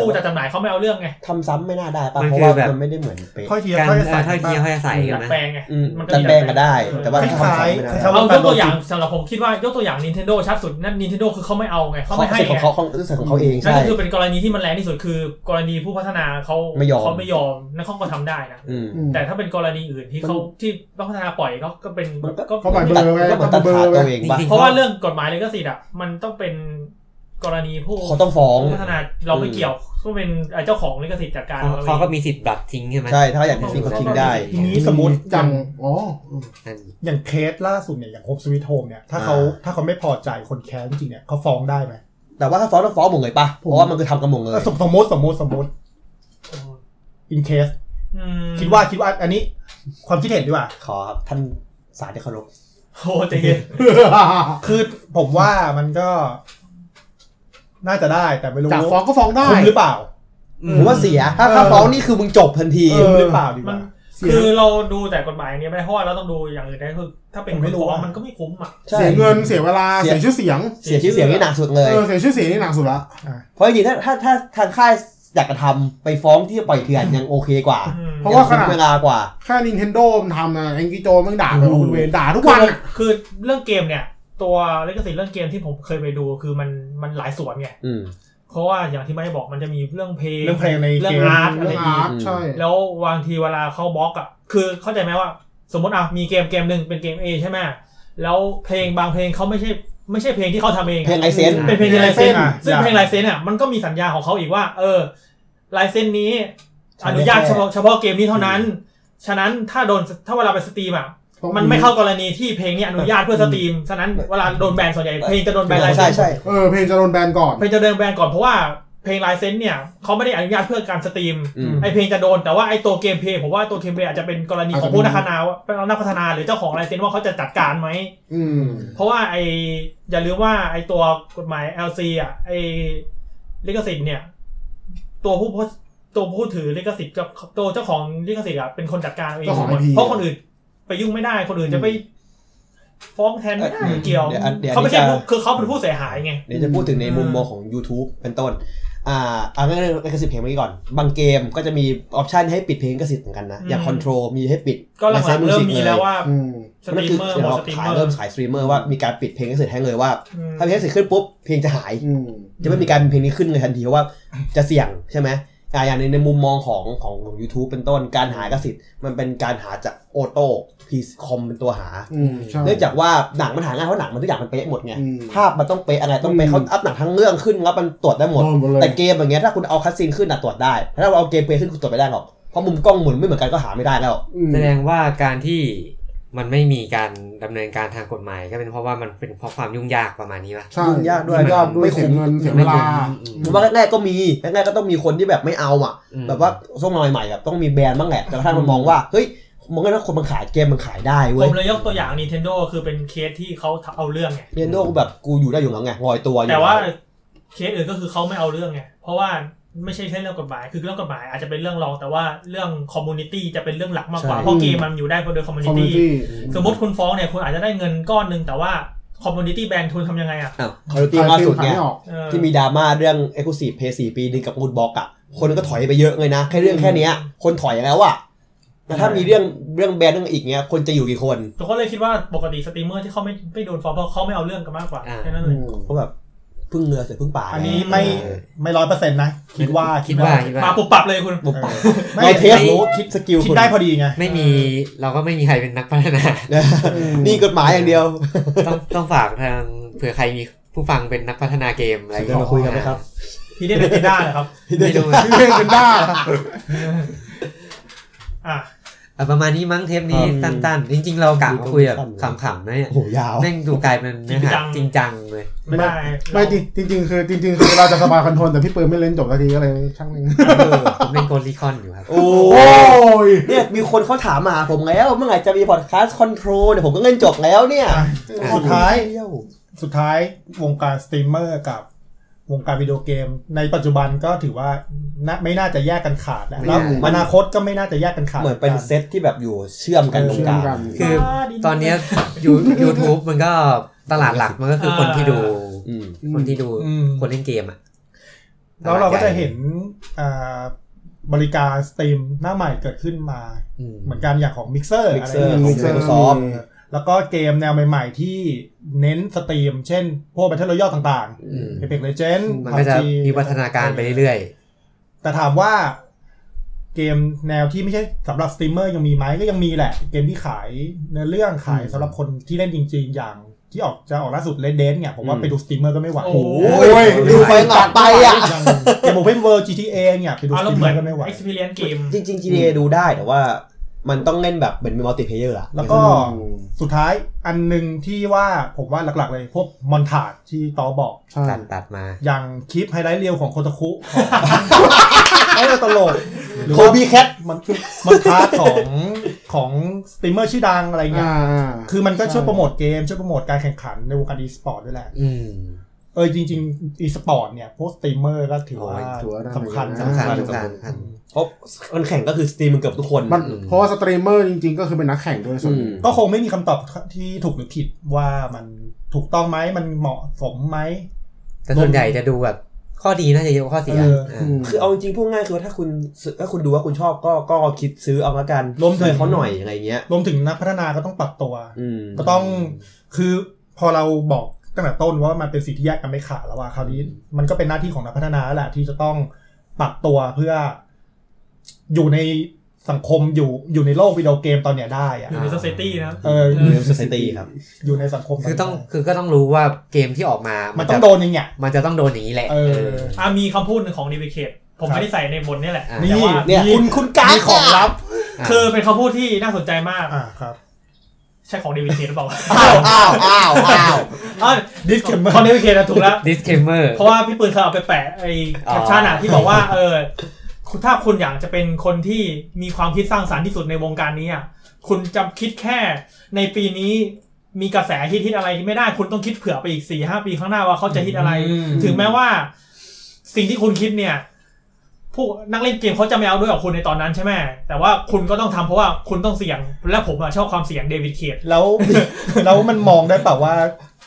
S3: ผู้จัดจำหน่ายเขาไม่เอาเรื่องไง
S4: ทำซ้ำไม่น่าได้ป่ะ
S1: มัน
S4: เพ
S1: คือ
S4: ราะว่า
S1: แบบ
S4: มันไม่ได้เหมือนเป๊ะ
S5: ค่อยเทียบ
S1: การ
S5: ค่อย
S1: เอ่อ
S5: ใส่
S1: ถ้อยที
S5: บ้าง
S1: ถ้อยอาศัย
S3: ดัด
S1: นะ
S3: แปลงไง
S4: อืม
S3: มันก็
S4: จัด
S3: มี
S4: แปลงก็ได้
S3: เออ
S4: แต่ว่าถ้าทำซ้ำไม่ได้
S5: คล้าย
S3: เอายกตัวอย่างสำหรับผมคิดว่ายกตัวอย่าง Nintendo ชัดสุดนั่น Nintendo คือเขาไม่เอาไงเขา
S4: เขา
S3: ไม่ให้
S4: ใส่ของ
S3: ไง
S4: เขาของใส่ของเขาเอง
S3: นั่น
S4: ใช่
S3: ก็คือเป็นกรณีที่มันแรงที่สุดคือกรณีผู้พัฒนาเขา
S4: ไม่ยอม
S3: เขาไม่ยอมนั่นเขาก็ทำได้นะ
S4: อืม
S2: อืม
S3: แต่ถ้าเป็นกรณีอื่นที่เขาที่ผู้พัฒนาปล่อยก็ก็เป็น
S4: มันก็
S2: เขาปล่อยเบอร์ไว้
S4: ก็เหมือนตัดขาดตัวเองป่ะ
S1: จริง
S3: เพราะว่าเรื่องกฎหมายเลยก็สิทธิ์อ่ะมันต้องเป็นกรณีผู้
S4: เขาต้องฟ้อง
S3: ผู้พัฒนาเราไม่เกี่ยวก็เป็นเจ้าของลิขสิทธิ์จัดการ
S1: เขา
S3: ออง
S1: เขาก็มีสิทธิ์บลัดทิ้งใช่ไหม
S4: ใช่ถ้าอยากทิ้งเขาทิ้งได้
S5: ทีนี้สมมติอ
S2: จั
S5: ย่าง ง
S2: อ๋อ
S1: นั่น
S5: อย่างเคสล่าสุดเนี่ยอย่างโฮมสวิตโฮมเนี่ยถ้าเขา
S4: อ่า
S5: ถ้าเขาไม่พอใจคนแค้นจริงๆเนี่ยเขาฟ้องได้ไหม
S4: แต่ว่าถ้าฟ้องต้องฟ้องหมดเลยป่ะเพราะว่ามันคือทำกันหมดเลย
S5: สมสมมติสมมติสมมติอินเคส
S3: อืม
S5: คิดว่าคิดว่าอันนี้ความคิดเห็นดีกว่า
S4: ขอครับท่านสารที่เคารพ
S3: โอ้ใจเย็น
S5: คือผมว่ามันก็ น่าจะได้แต่ไม่รู้
S2: จากฟ้องก็ฟ้องได้
S5: คุ้มหรือเปล่า
S4: ผมว่าเสียถ้าถ้าฟ้องนี่คือมึงจบทันที
S5: คุ้มหรือเปล่าดีก
S3: มัน
S5: ว่า
S3: คือเราดูแต่กฎหมายอย่างเดียวไม่ได้เพราะว่าเราต้องดูอย่างอื่นได้คือถ้าเป็น
S5: ผ
S3: ค
S5: มไม่
S3: น
S5: รู้
S3: ฟ้อง
S5: อะ
S3: มันก็ไม่คุ้มอ่ะ
S4: ใช่
S2: เสียเงินเสียเวลา
S4: เสีย
S2: เสียชื่อเสียง
S4: เสียชื่อเสียงนี่หนักสุดเลย
S2: เออเสียชื่อเสียงนี่หนักสุดละ
S4: เพราะจริงๆถ้าถ้าถ้าทางค่ายอยากจะทำไปฟ้องที่ปล่อยเถื่อนยังโอเคกว่า
S3: อืม
S2: เพราะว่าขนาด
S4: เวลากว่า
S2: แค่ Nintendo มันทำนะแองกิโจมันด่าเลย
S5: อืม
S2: คุณเวนด่าทุก
S3: คือ
S2: วัน
S3: มัน
S2: อะ
S3: คือเรื่องเกมเนี่ย ตัวลิขสิทธิ์เรื่องเกมที่ผมเคยไปดูคือมันมันหลายส่วนไง
S4: อืม
S3: เพราะว่าอย่างที่ไม่บอกมันจะมีเรื่องเพลง
S5: เรื่องเพลงใน
S3: เรื่อ
S5: เก
S3: ง
S5: ม
S3: อาร์ตอะ
S2: เรื่
S3: ไรอ
S2: อง
S3: ย่าง
S2: อา
S3: งี้
S2: ร์ตใช่
S3: แล้วบางทีเวลาเขาบล็อกอ่ะคือเข้าใจไหมว่า สมมติอ่ะมีเกมเกมหนึ่งเป็นเกม A ใช่ไหมแล้วเพลงบางเพลงเขาไม่ใช่ไม่ใช่เพลงที่เขาทำเอง
S4: เพลง
S3: อะ
S4: ไอเซน
S3: เป็นเพลงลายเซ็น
S5: อ่ะ
S3: ซึ่ง
S5: อย่า
S3: เพลงลายเซ็นอ่ะมันก็มีสัญญาของเขาอีกว่า เออลายเซ็นนี้ อนุญาตเฉพาะเฉพาะเกมนี้เท่านั้น ฉะนั้นถ้าโดนถ้าเวลาไปสตรีมอ่ะ มันไม่เข้ากรณีที่เพลงนี้อนุญาตเพื่อสตรีม ฉะนั้นเวลาโดนแบนส่วนใหญ่เพลงจะโดนแบนลายเซ็
S4: ใช่
S3: น
S4: ใช่
S2: เออเพลงจะโดนแบนก่อน
S3: เพลงจะโดนแบนก่อนเพราะว่าเพลงลายเซ็นเนี่ยเขาไม่ได้อนุญาตเพื่อการสตรีม
S4: อืม
S3: ไอเพลงจะโดนแต่ว่าไอตัวเกมเพลย์ผมว่าตัวเกมเพลย์อาจจะเป็นกรณีของผู้นักพัฒนาว่าเป็นนักพัฒนาหรือเจ้าของลายเซ็นว่าเขาจะจัดการไหม
S2: อืม
S3: เพราะว่าไออย่าลืมว่าไอตัวกฎหมาย LC อ่ะไอลิขสิทธิ์เนี่ย ตัวผู้พตัวผู้ถือลิขสิทธิ์กับตัวเจ้าของลิขสิทธิ์อ่ะเป็นคนจัดการเอาเอง
S2: เจ้าของ IP
S3: เพราะคนอื่น ไปยุ่งไม่ได้คนอื่นจะไปฟ้องแทนไม่ได้ไม่เกี่ยว
S4: เดี๋ยวอันเดี๋ยวอัน
S3: เขาไม่
S4: นี้
S3: ใช่ผู้
S4: จะ
S3: คือเขาเป็นผู้เสียหายไง
S4: เดี๋ยวจะพูดถึงในมุมมองของ YouTube เป็นต้น อ่าเอาเรื่องลิขสิทธิ์เพลงเมื่อกี้ก่อน บางเกมก็จะมีออปชันให้ปิดเพลงลิขสิทธิ์เหมือนกันนะ อย่าง
S3: อืม
S4: คอนโทรมีให้ปิด
S3: ก็หลังๆเริ่มมีแล้วว่า
S2: อืม
S3: สต
S4: นั่น
S3: รีม
S4: คือ
S3: เมอร์
S4: เดี๋ยว
S3: หมดสตรีมเม
S4: เราขาย
S3: อ
S4: เริ่ม
S3: ร์
S4: ขายสตรีมเมอร์ว่ามีการปิดเพลงลิขสิทธิ์ให้เลยว่า
S3: อืม
S4: ถ้าเพลงลิขสิทธิ์ขึ้นปุ๊บเพลงจะหาย
S2: อืม
S4: จะไม่มีการเพลงนี้ขึ้นเลยทันทีเพราะว่าจะเสี่ยงใช่ไหมอ่าอย่างในในมุมมองของของของ YouTube เป็นต้นการหากสิทธิ์มันเป็นการหาจากโอโต้พีคอมเป็นตัวหา
S2: อืมใช่
S4: เนื่องจากว่าหนังมันหาง่ายเพราะหนังมันทุกอย่างมันเป๊ะหมดไง
S2: อืม
S4: ภาพมันต้องเป๊ะอะไรต้องเป๊ะ
S2: อืม
S4: เขาอัพหนังทั้งเรื่องขึ้นแล้วมันตรวจได้หมด
S2: โดนหมดเลย
S4: แต่เกมอย่างเงี้ยถ้าคุณเอาคัสซีนขึ้นน่ะตรวจได้แต่ถ้าเราเอาเกมเพลย์ขึ้นคุณตรวจไม่ได้หรอกเพราะมุมกล้องหมุนไม่เหมือนกันก็หาไม่ได้แล้ว
S2: อืม
S1: แสดงว่าการที่มันไม่มีการดำเนินการทางกฎหมาย ก็เป็นเพราะว่ามันเป็นเพราะความยุ่งยากประมาณนี้ป่ะ
S2: ใช่
S4: ยุ่งยากด้วย
S2: มัน
S4: ก็ไม่
S2: เสีย
S4: คุ้ม
S2: เงินเสียเวลา
S1: อืม
S4: ผมว่าแรกๆก็มีแรกๆก็ต้องมีคนที่แบบไม่เอาอ่ะ
S1: อืม
S4: แบบว่าช่วงใหม่ๆแบบต้องมีแบรนด์บ้างแหละแต่กระทั่งมันมองว่าเฮ้ยมองว่าคนมันขายเกมมันขายได้
S3: ผ
S4: เว้ย
S3: มเลยยกตัวอย่าง Nintendo คือเป็นเคสที่เขาเอาเรื่องไง
S4: เนนโดกูแบบกูอยู่ได้อยู่แล้วไงลอยตัวอยู่
S3: แต่ว่าเคสอื่นก็คือเขาไม่เอาเรื่องไง เพราะว่าไม่ใช่แค่เรื่องกฎหมาย คือเรื่องกฎหมายอาจจะเป็นเรื่องรอง แต่ว่าเรื่องคอมมูนิตี้จะเป็นเรื่องหลักมากกว่า
S2: ใช่
S3: เพราะเกมมันอยู่ได้เพราะโดยคอมมู
S2: ค
S3: นิ
S2: อมมูนิ
S3: ตี้
S2: ตี้
S3: สมมติคุณฟ้องเนี่ยคุณอาจจะได้เงินก้อนหนึ่งแต่ว่า คอมมูนิตี้แบนทุนทำยังไงอ่ะ
S4: อ้าวคอร์ตี้ล่าสุดไง
S2: ขายไม่ออก
S3: เออ
S4: ที่มีดราม่าเรื่อง e x c l u s i v e Pay 4ปีดึงกับมูดบอกอ่ะ คนก็ถอยไปเยอะเลยนะ แค่เรื่องแค่เนี้ย คนถอยแล้วอ่ะแล้วถ้ามีเรื่องเรื่องแบนเรื่องอีกเนี้ย คนจะอยู่กี่คน
S3: ผมก็เลยคิดว่าปกติสตรีมเมอร์ที่เขาไม่ไม่โดนฟ้องเพราะเขาไม่เอาเรื่องกันมากกว่า
S1: อ่า
S3: แค่นั้นเลย
S4: เพราะแบบพึ่งเรือเสร็จพึ่งป่า
S5: อันนี้ไม่ไม่ร้อยเปอร์เซ็นต์นะ คิดว่า
S1: คิดว่าคิดว่า
S3: มาปุบปับเลยคุณ
S4: บุกป่า
S5: เออไม่
S4: เราเทส
S1: ไม่
S4: รู้คิดสกิล
S5: คิด
S4: คุณ
S5: ได้พอดีไง
S1: ไม่มีเราก็ไม่มีใครเป็นนักพัฒนา
S4: นะ [laughs] นี่กฎหมายอย่างเดียว
S1: ต้องต้องฝากทางเผื่อใครมีผู้ฟังเป็นนักพัฒนาเกมอะไร
S4: เดี๋ยวมาคุยกันนะครับ
S3: ที่ได้เป็นกีด้าร์เหรอครับ
S1: ไม่รู้
S2: เรื่องเป็นบ้า
S3: อ่ะ
S1: อ่ะประมาณนี้มั้งเทปนี้
S4: อืม
S1: สั้นๆ จริง ๆ เรากะมาคุยแบบขำๆนะเนี่ย
S4: โอ้โหยาว
S1: แม่งดูกลายเป็นเนื้อหาจ
S3: จริ
S1: ริง
S3: งจั
S1: จัง
S3: ง
S1: เลย
S3: ไม่ได้
S2: ไม่จริงจริงๆคือจริง ๆ คือเราจะสบายคอนโทรลแต่พี่ปืนไม่เล่นจบสักทีก็เลยช่างหนึ่ง
S1: เออผมเป็นโกลิคอนอยู่ครับ
S4: โอ้
S2: โอ้ย
S4: เนี่ยมีคนเขาถามมาหาผมแล้วเมื่อไหร่จะมีพอดแคสต์คอนโทรลเนี่ยผมก็เงินจบแล้วเนี่ย
S5: สุดท้าย
S4: เที่ยว
S5: สุดท้ายวงการสตรีมเมอร์กับวงการวิดีโอเกม ในปัจจุบันก็ถือว่าน่าไม่น่าจะแยกกันขาดแล้ว
S1: ไม่
S5: แล้ว
S1: น่า
S5: อนาคตก็ไม่น่าจะแยกกันขาด
S4: เหมือนเป็น
S5: กั
S4: เซตที่แบบอยู่เชื่อมกันตรง
S2: เชื่
S4: ก
S2: อ
S4: ลาม ง
S2: กัน
S1: คือตอนเนี้ยูยูทูบมันก็ตลาดหลักมันก็คือคนที่ดู
S4: อืม
S1: คนที่ดู
S5: อืม
S1: คนเล่นเกมอ่ะ
S5: แล้วเราก็จะเห็
S1: น
S5: นอ่าบริการสตรีมหน้าใหม่เกิดขึ้นมา เหมือนกันอย่างของ Mixer อะไร
S4: Mixer ของ Microsoft
S5: แล้วก็เกมแนวใหม่ ๆ ที่เน้นสตรีม เช่น พวก Battle Royale ต่างๆ Apex Legends
S1: มันก็จะ
S5: PUBG
S1: มีวัฒนาการไปเรื่อย
S5: แต่ถามว่าเกมแนวที่ไม่ใช่สำหรับสตรีมเมอร์ยังมีไหมก็ยังมีแหละ เกมที่ขายเนื้อเรื่องขายสำหรับคนที่เล่นจริง ๆ อย่างที่ออกจะออกล่าสุด Red Dead เนี่ย ผมว่า
S4: อืม
S5: ไปดูสตรีมเมอร์ก็ไม่ไหว
S3: โอ้โห
S2: โอ้ย
S4: ดูไปหลับไปอ่ะ
S5: อย่างเกม Open World GTA เนี่ยไปดู
S3: เอา
S5: สต
S3: แล้ว
S5: รีม
S3: เห
S5: เม
S3: มือน
S5: อร์ก็ไม่ไหว
S3: experience game
S4: จริงๆ GTA ดูได้แต่ว่า มันต้องเล่นแบบเหมือนมัลติเพเยอร์อะ
S5: แล้วก็สุดท้ายอันหนึ่งที่ว่าผมว่าหลักๆเลยพวกมอนทาดที่ตอบอก
S2: ใช่
S1: ๆตัดตัดมา
S5: อย่างคลิปไฮไลท์เรียวของโคตะคุของ ไอ้เรื่องตลกหรือ
S4: โค
S5: ว่า
S4: บีแคท
S5: มันมันพาร์ทของของสตรีมเมอร์ชื่อดังอะไรเงี้
S2: อ่าย คือ
S5: คือมันก็ช่วย
S2: ใช่
S5: โปรโมทเกม ช่วยโปรโมทการแข่งขันในวงการอีสปอร์ตด้วยแหละ
S1: อืม
S5: เออจริงๆอีสปอร์ตเนี่ยพวกสตรีมเมอร์ก็ถือว่า
S1: โอ้ย
S2: ถือว่าได้
S5: สำคัญ
S1: สำคัญ
S5: สำคัญ
S1: สำคัญสำคัญ
S4: เพราะมันแข่งก็คือสตรีมมันเกือบทุกคน
S2: มันเพราะว่าสตรีมเมอร์จริง ๆ ก็คือเป็นนักแข่งด้วยส่วนหนึ่ง
S5: ก็คงไม่มีคำตอบที่ถูกหรือผิดว่ามันถูกต้องไหมมันเหมาะสมไหม
S1: แต่ส่วนใหญ่จะดูแบบข้อดีน่าจะเยอะกว่าข้อเสีย
S5: เออ
S1: อ่า
S4: คือเอาจริงๆพูดง่ายคือว่าถ้าคุณซื้อถ้าคุณดูว่าคุณชอบก็ก็คิดซื้อเอาละกัน
S5: รวมถึง
S4: ช่วยเขาหน่อยอะไรเงี้ย
S5: รวมถึงนักพัฒนาก็ต้องปรับตัว
S4: อืม
S5: ก็ต้องคือพอเราบอกตั้งแต่ต้นว่ามันเป็นสิ่งที่แยกกันไม่ขาดแล้วว่าคราวนี้มันก็เป็นหน้าที่ของนักพัฒนาแล้วแหละที่จะต้องปรับตัวเพื่อ อยู่ในสังคมอยู่อยู่ในโลกวิดีโอเกมตอนเนี้ยได้อะ
S3: อยู่ใน society นะ
S5: เออ
S4: อยู่ใน society ครับ
S5: อยู่ในสังคม
S1: คือต้องคือก็ต้องรู้ว่าเกมที่ออกมา
S5: มั
S1: มัน น
S5: ต้อ
S1: จะ
S5: งโดนอยังไงย
S1: มันจะต้องโดนอย่างนี้แหละ
S5: เออ
S1: เออ
S3: อ่ะมีคำพูดหนึ่งของนิวิเคทผมไม่ได้ใส่ในบทเนี่ยแหละ
S1: อ่ะ
S3: แต่ว่า
S5: นี่
S4: เนี่ย
S5: มี
S4: คุณคุณกา
S5: มีของลับ
S1: อ่ะ
S3: คือเป็นคำพูดที่น่าสนใจมาก
S5: อ่าครับ
S3: ใช่ของนิวิเคทหรือเปล่า
S4: อ้าวอ้าวอ้าวอ้าว
S3: อ๋อ
S5: Disclaimer
S3: ของนิวิเคทถูกแล้ว
S1: disclaimer
S3: เพราะว่าพี่ปืนเคยเอาไปแปะไอ้แคปชั่นอ่ะที่บอกว่าเออคุณถ้าคุณอยากจะเป็นคนที่มีความคิดสร้างสรรค์ที่สุดในวงการนี้อ่ะคุณจะคิดแค่ในปีนี้มีกระแสฮิตฮิตๆอะไรไม่ได้ คุณต้องคิดเผื่อไปอีกสี่ห้าปีข้างหน้าว่าเขาจะฮิตอะไร
S5: อืม
S3: ถึงแม้ว่า สิ่งที่คุณคิดเนี่ย ผู้นักเล่นเกมเขาจะไม่เอาด้วยกับคุณในตอนนั้นใช่ไหมแต่ว่าคุณก็ต้องทำเพราะว่าคุณต้องเสี่ยง และผมอะชอบความเสี่ยงเดวิดเคียด
S5: แล้ว [laughs] แล้วมันมองได้เปล่าว่า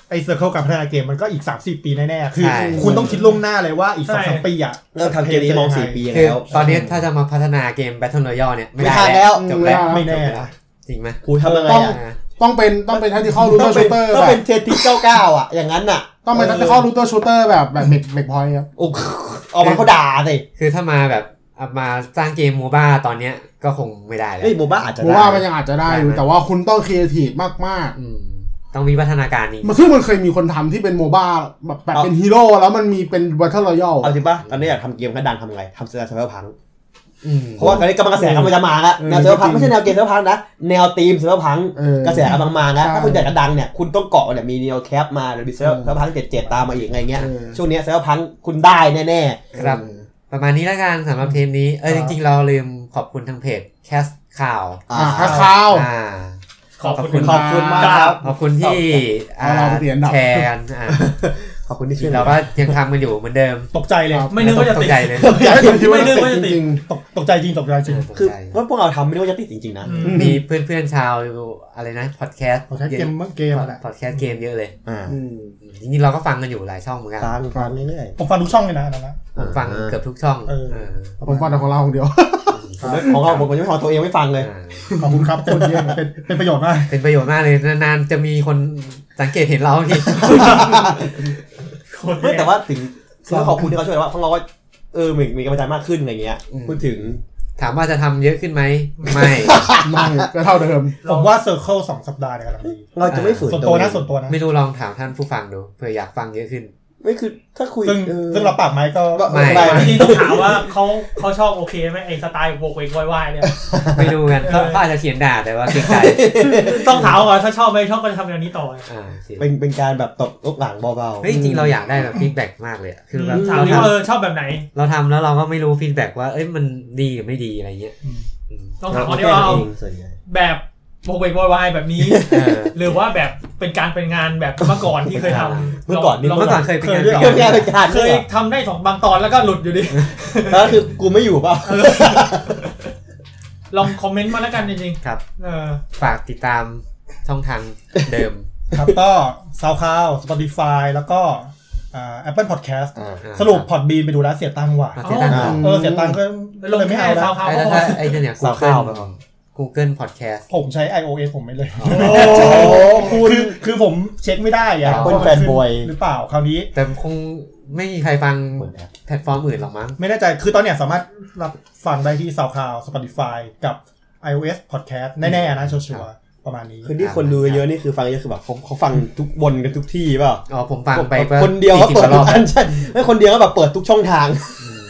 S5: ไอ้เซอร์เคิลการพัฒนาเกมมันก็อีก 30 ปีแน่ๆคือ
S1: ใช่
S5: คุณต้องคิดล่วงหน้าเลยว่าอีกสองสามปีอ่ะ
S4: เริ่มทำเกมนี้มองสี่ปี
S1: คือ
S4: แล้ว
S1: ตอนนี้ถ้าจะมาพัฒนาเกม Battle Royale เนี่ยไม่
S4: ไม่
S1: ได้
S4: ทัน
S1: แล้ว
S4: แล้ว
S1: จบแล้ว
S5: ไม่แน่นะ
S1: จริงไหม
S4: ครูทำยังไง
S2: ต้อง
S4: อ่ะ
S2: ต้องเป็นต้องเป็นทัตติคอลรูเต
S4: ต้
S2: อ
S4: องเป็
S2: ร์ชู
S4: น
S2: เตอร์
S4: ต้อง
S2: แบบ
S4: เป็นเทติเก้าเก้าอ่ะ อย่างนั้นอ่ะ
S2: ต้องเป็นทัตติคอลรูเตอร์ชูเตอร์แบบแบบเมกเมกพอยครับ
S4: โอ้ออกมาเขาด่าสิ
S1: คือถ้ามาแบบเอามาสร้างเกมโมบ้าตอนเนี้ยก็คงไม่ได้แล้ว
S4: เฮ้ยโมบ้าอาจจะ
S2: ผม
S4: ได้
S2: ว่ามันยังอาจจะได้อยู่แต่ว่าคุณต้องครีเอทีฟมาก
S1: อืมต้องมีวัฒนาการนี้
S2: ๆมันซึ่งมันเคยมีคนทำที่เป็นโมบ้าแบบแบบเป็นฮีโร่แล้วมันมีเป็นบัตเทิลรอยัล
S4: เอาจริงป่ะตอนนี้อยากทำเกมก็ดังทำไงทำเซอร์เวอร์พัง
S1: อืม
S4: เพราะว่าตอนนี้กำลังกระแสกำลังจะมาแล้วแนวเซอร์เวอร์พังไม่ใช่แนวเกมเซอร์เวอร์พังนะ แนวธีมเซอร์เวอร์พัง
S2: เออ
S4: กระแสกำลังมานะ
S2: ใช่
S4: ถ้าคุณอยากจะดังเนี่ย คุณต้องเกาะเนี่ย มีเนโอแคปมาหรือมีเซอร์
S2: เออ
S4: เซอร์พังเจ็ดเจ็ดตามมาอีกอะไรเงี้ย
S2: เออ
S4: ช่วงเนี้ยเซอร์พังคุณได้แน่
S1: ครับ ประมาณนี้แล้วกันสำหรับเทปนี้เออ
S5: ค
S1: จ
S5: รับ
S1: ริงๆ เราลืมขอบคุณทางเพจแคสข่าว
S4: ๆ
S2: อ่าคาคาว
S1: อ่า
S3: ขอบ
S1: ขอบคุ
S3: คุณ ณ
S4: ขอบคุณมากครับ
S1: ขอบคุณที่
S2: เอาเราไปเสียอันดับ
S1: แชร์กันอ่า ขอบคุณที่ช่วยเราก็ยังทำกันอยู่เหมือนเดิม
S5: ตกใจเลย
S3: ไม่นึกว่าจะ
S1: ต
S3: ติด
S1: กใจเลย
S2: อยากให้คนคิดว่า
S3: ไม่นึกว่าจะติด
S2: จริง
S5: ตกตกใจจริงตกใจจริง
S4: คือ
S1: ตกใจ
S4: ว่าพวกเราทำไม่ได้ว่าจะติดจริงๆนะ
S3: อืม
S1: มีเพื่อนๆชาวอะไรนะพอดแคสต์
S2: ๆขอใช้เกมเมื่อเกมแหละ
S1: พอดแคสต์เกมเยอะเลย
S4: อ่า
S2: อืม
S1: จริงๆเราก็ฟังกันอยู่หลายช่องเหมือนกัน
S4: ฟังฟังเรื่อย
S5: ผมฟังทุกช่องเลยนะอันนั้นนะ
S1: ผมฟังเกือบทุกช่อง
S5: เออ
S1: เออ
S2: ผมฟังแต่ของเราคนเดียว
S4: ๆผมไม่ของเราผมยังไม่พอตัวเองไม่ฟังเลย
S1: อ่า
S5: ขอบคุณครับคนเยี่ยมเป็นเป็นประโยชน์มาก
S1: เป็นประโยชน์มากเลยนานๆจะมีคนสังเกตเห็นเราที
S4: ไม่แต่ว่าถึงก็ขอบคุณที่เขาช่วยว่าเพราะเราก็เออมีมีกำลังใจมากขึ้นอะไรเงี้ย
S1: อืม
S4: พูดถึง
S1: ถามว่าจะทำเยอะขึ้นไหมไม่
S2: ไม่ก็เท่าเดิม
S5: ผมว่าเซอร์เคิลสองสัปดาห์เนี่ยกำลังดี
S4: เราจะไม่ฝืน
S5: ส่วนตัว
S4: เอ
S5: นะ
S4: ง
S5: ส่วนตัวนะ
S1: ไม่รู้ลองถามท่านผู้ฟังดูเผื่ออยากฟังเยอะขึ้น
S4: ไม่คือถ้าคุย
S5: ซึ่ง
S4: ออ
S5: ซึ่งเราปรับไหมก็
S4: ก็
S1: ไม่
S4: ไม่เป็นไร
S3: จริงๆต้องถามว่าเขาเขาชอบโอเคไหมไอ้สไตล์โวกเวกวายๆเนี่ย
S1: ไม่รู้กันเขา
S3: เออ
S1: เขาอาจจะเขียนด่าแต่ว่าเกรงใจ
S3: ต้องถามก่อนถ้าชอบไหมชอบก็จะทำงานนี้ต่อไง
S1: อ่าโอเค
S4: เป็นเป็นการแบบตบลบหลังเบาๆ
S1: เฮ้ยจริงๆเราอยากได้แบบฟีดแบ็กมากเลยอะคือแบบ
S3: ถาม
S1: เรา
S3: นี้ว่า
S1: ทำ
S3: เออชอบแบบไหน
S1: เราทำแล้วเราก็ไม่รู้ฟีดแบ็กว่าเอ้ยมันดีหรือไม่ดีอะไรเงี้ยอืม
S3: ต้องถามเขาได้ว่าเอา
S4: เองส่วนใหญ่
S3: แบบโวกเวกวายๆแบบนี้
S1: เออ
S3: หรือว่าแบบเป็นการเป็นงานแบบเมื่อก่อนที่เคยทำ
S4: เมื่อก่อนนี่
S1: เมื่อก่อนเคยเป็นงาน
S4: เคย
S1: เดี
S4: เป็
S1: ย
S4: น
S1: ว
S4: การ
S3: เค
S4: เคย
S3: ยทำได้สองบางตอนแล้วก็หลุดอยู่ดิ
S4: แล้วคือกูไม่อยู่เปล่า
S3: ลองคอมเมนต์มาแล้วกันจริง
S1: ครับ
S3: ๆเออ
S1: ฝากติดตามช่องทางเดิม
S5: ครับ [laughs] ก็ SoundCloud Spotify แล้วก็อ่า Apple Podcast
S4: อ่า
S1: อ่า
S5: สรุปพอดบีนไปดูแล้วเสียตังค์ว่ะ
S1: มาติดตามเรา
S5: เออเสียตังค์ก็
S3: ลง
S5: เลย
S3: ไม่
S5: ไม่
S3: เอา
S5: เอา
S3: แล้
S5: แล้ว ว
S3: เขา
S1: ไอ้แล้วถ้าไอ้เนี่ย
S4: สาวข้าวไป
S1: Google
S4: ก่อน
S1: Google Podcast
S5: ผมใช้ iOS ผมไม่เลย
S4: โอ้โหคุณ
S5: คือคือผมเช็คไม่ได้อะ
S4: เป็น
S5: ว่ามั
S4: แฟนบอย
S5: ขึ้หรือเปล่าคราวนี้
S1: แต่คงไม่มีใครฟัง
S4: เหมือนแอป
S1: แพลตฟอร์มอื่นหรอกมั้ง
S5: ไม่แน่ใจ คือตอนเนี้ยสามารถรับฟังได้ที่ SoundCloud Spotify กับ iOS Podcast แน่ๆนะชัวร์ๆประมาณนี้
S4: คือที่คนดูเยอะนี่คือฟังเยอะคือแบบเขาเขาฟังทุกบนกันทุกที่เปล่า
S1: อ๋อผมฟังไปก็
S4: คนเดียวก็
S1: 40
S4: เปิด
S1: ร
S4: ทุ
S1: อบ
S4: กอัน [laughs] ใช่ไม่คนเดียวก็แบบเปิดทุกช่องทาง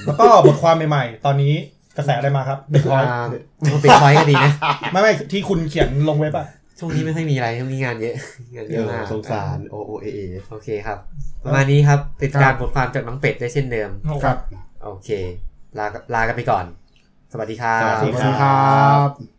S5: แล้วก็บทความใหม่ๆ ตอนนี้กระแสอะไรมาครับเด็กร้อย
S1: อ่ามันเป็นคอยก็ดีนะ
S5: ไม่ไม่ที่คุณเขียนลงเว็บอะ
S1: ช่วงนี้ไม่ค่อยมีอะไรช่วงนี้งานเยอะ งานเย
S4: เอ
S1: อะ
S4: อ
S1: มาก
S4: สงสาร โอโอเอเอ
S1: โอเคครับ ประมาณนี้ครับติดตามบทความจากน้องเป็ดได้เช่นเดิม
S3: โอ้โห
S2: ครับ
S1: โอเค ลาลากันไปก่อน สวัสดีครับ
S2: สวัสดีครับ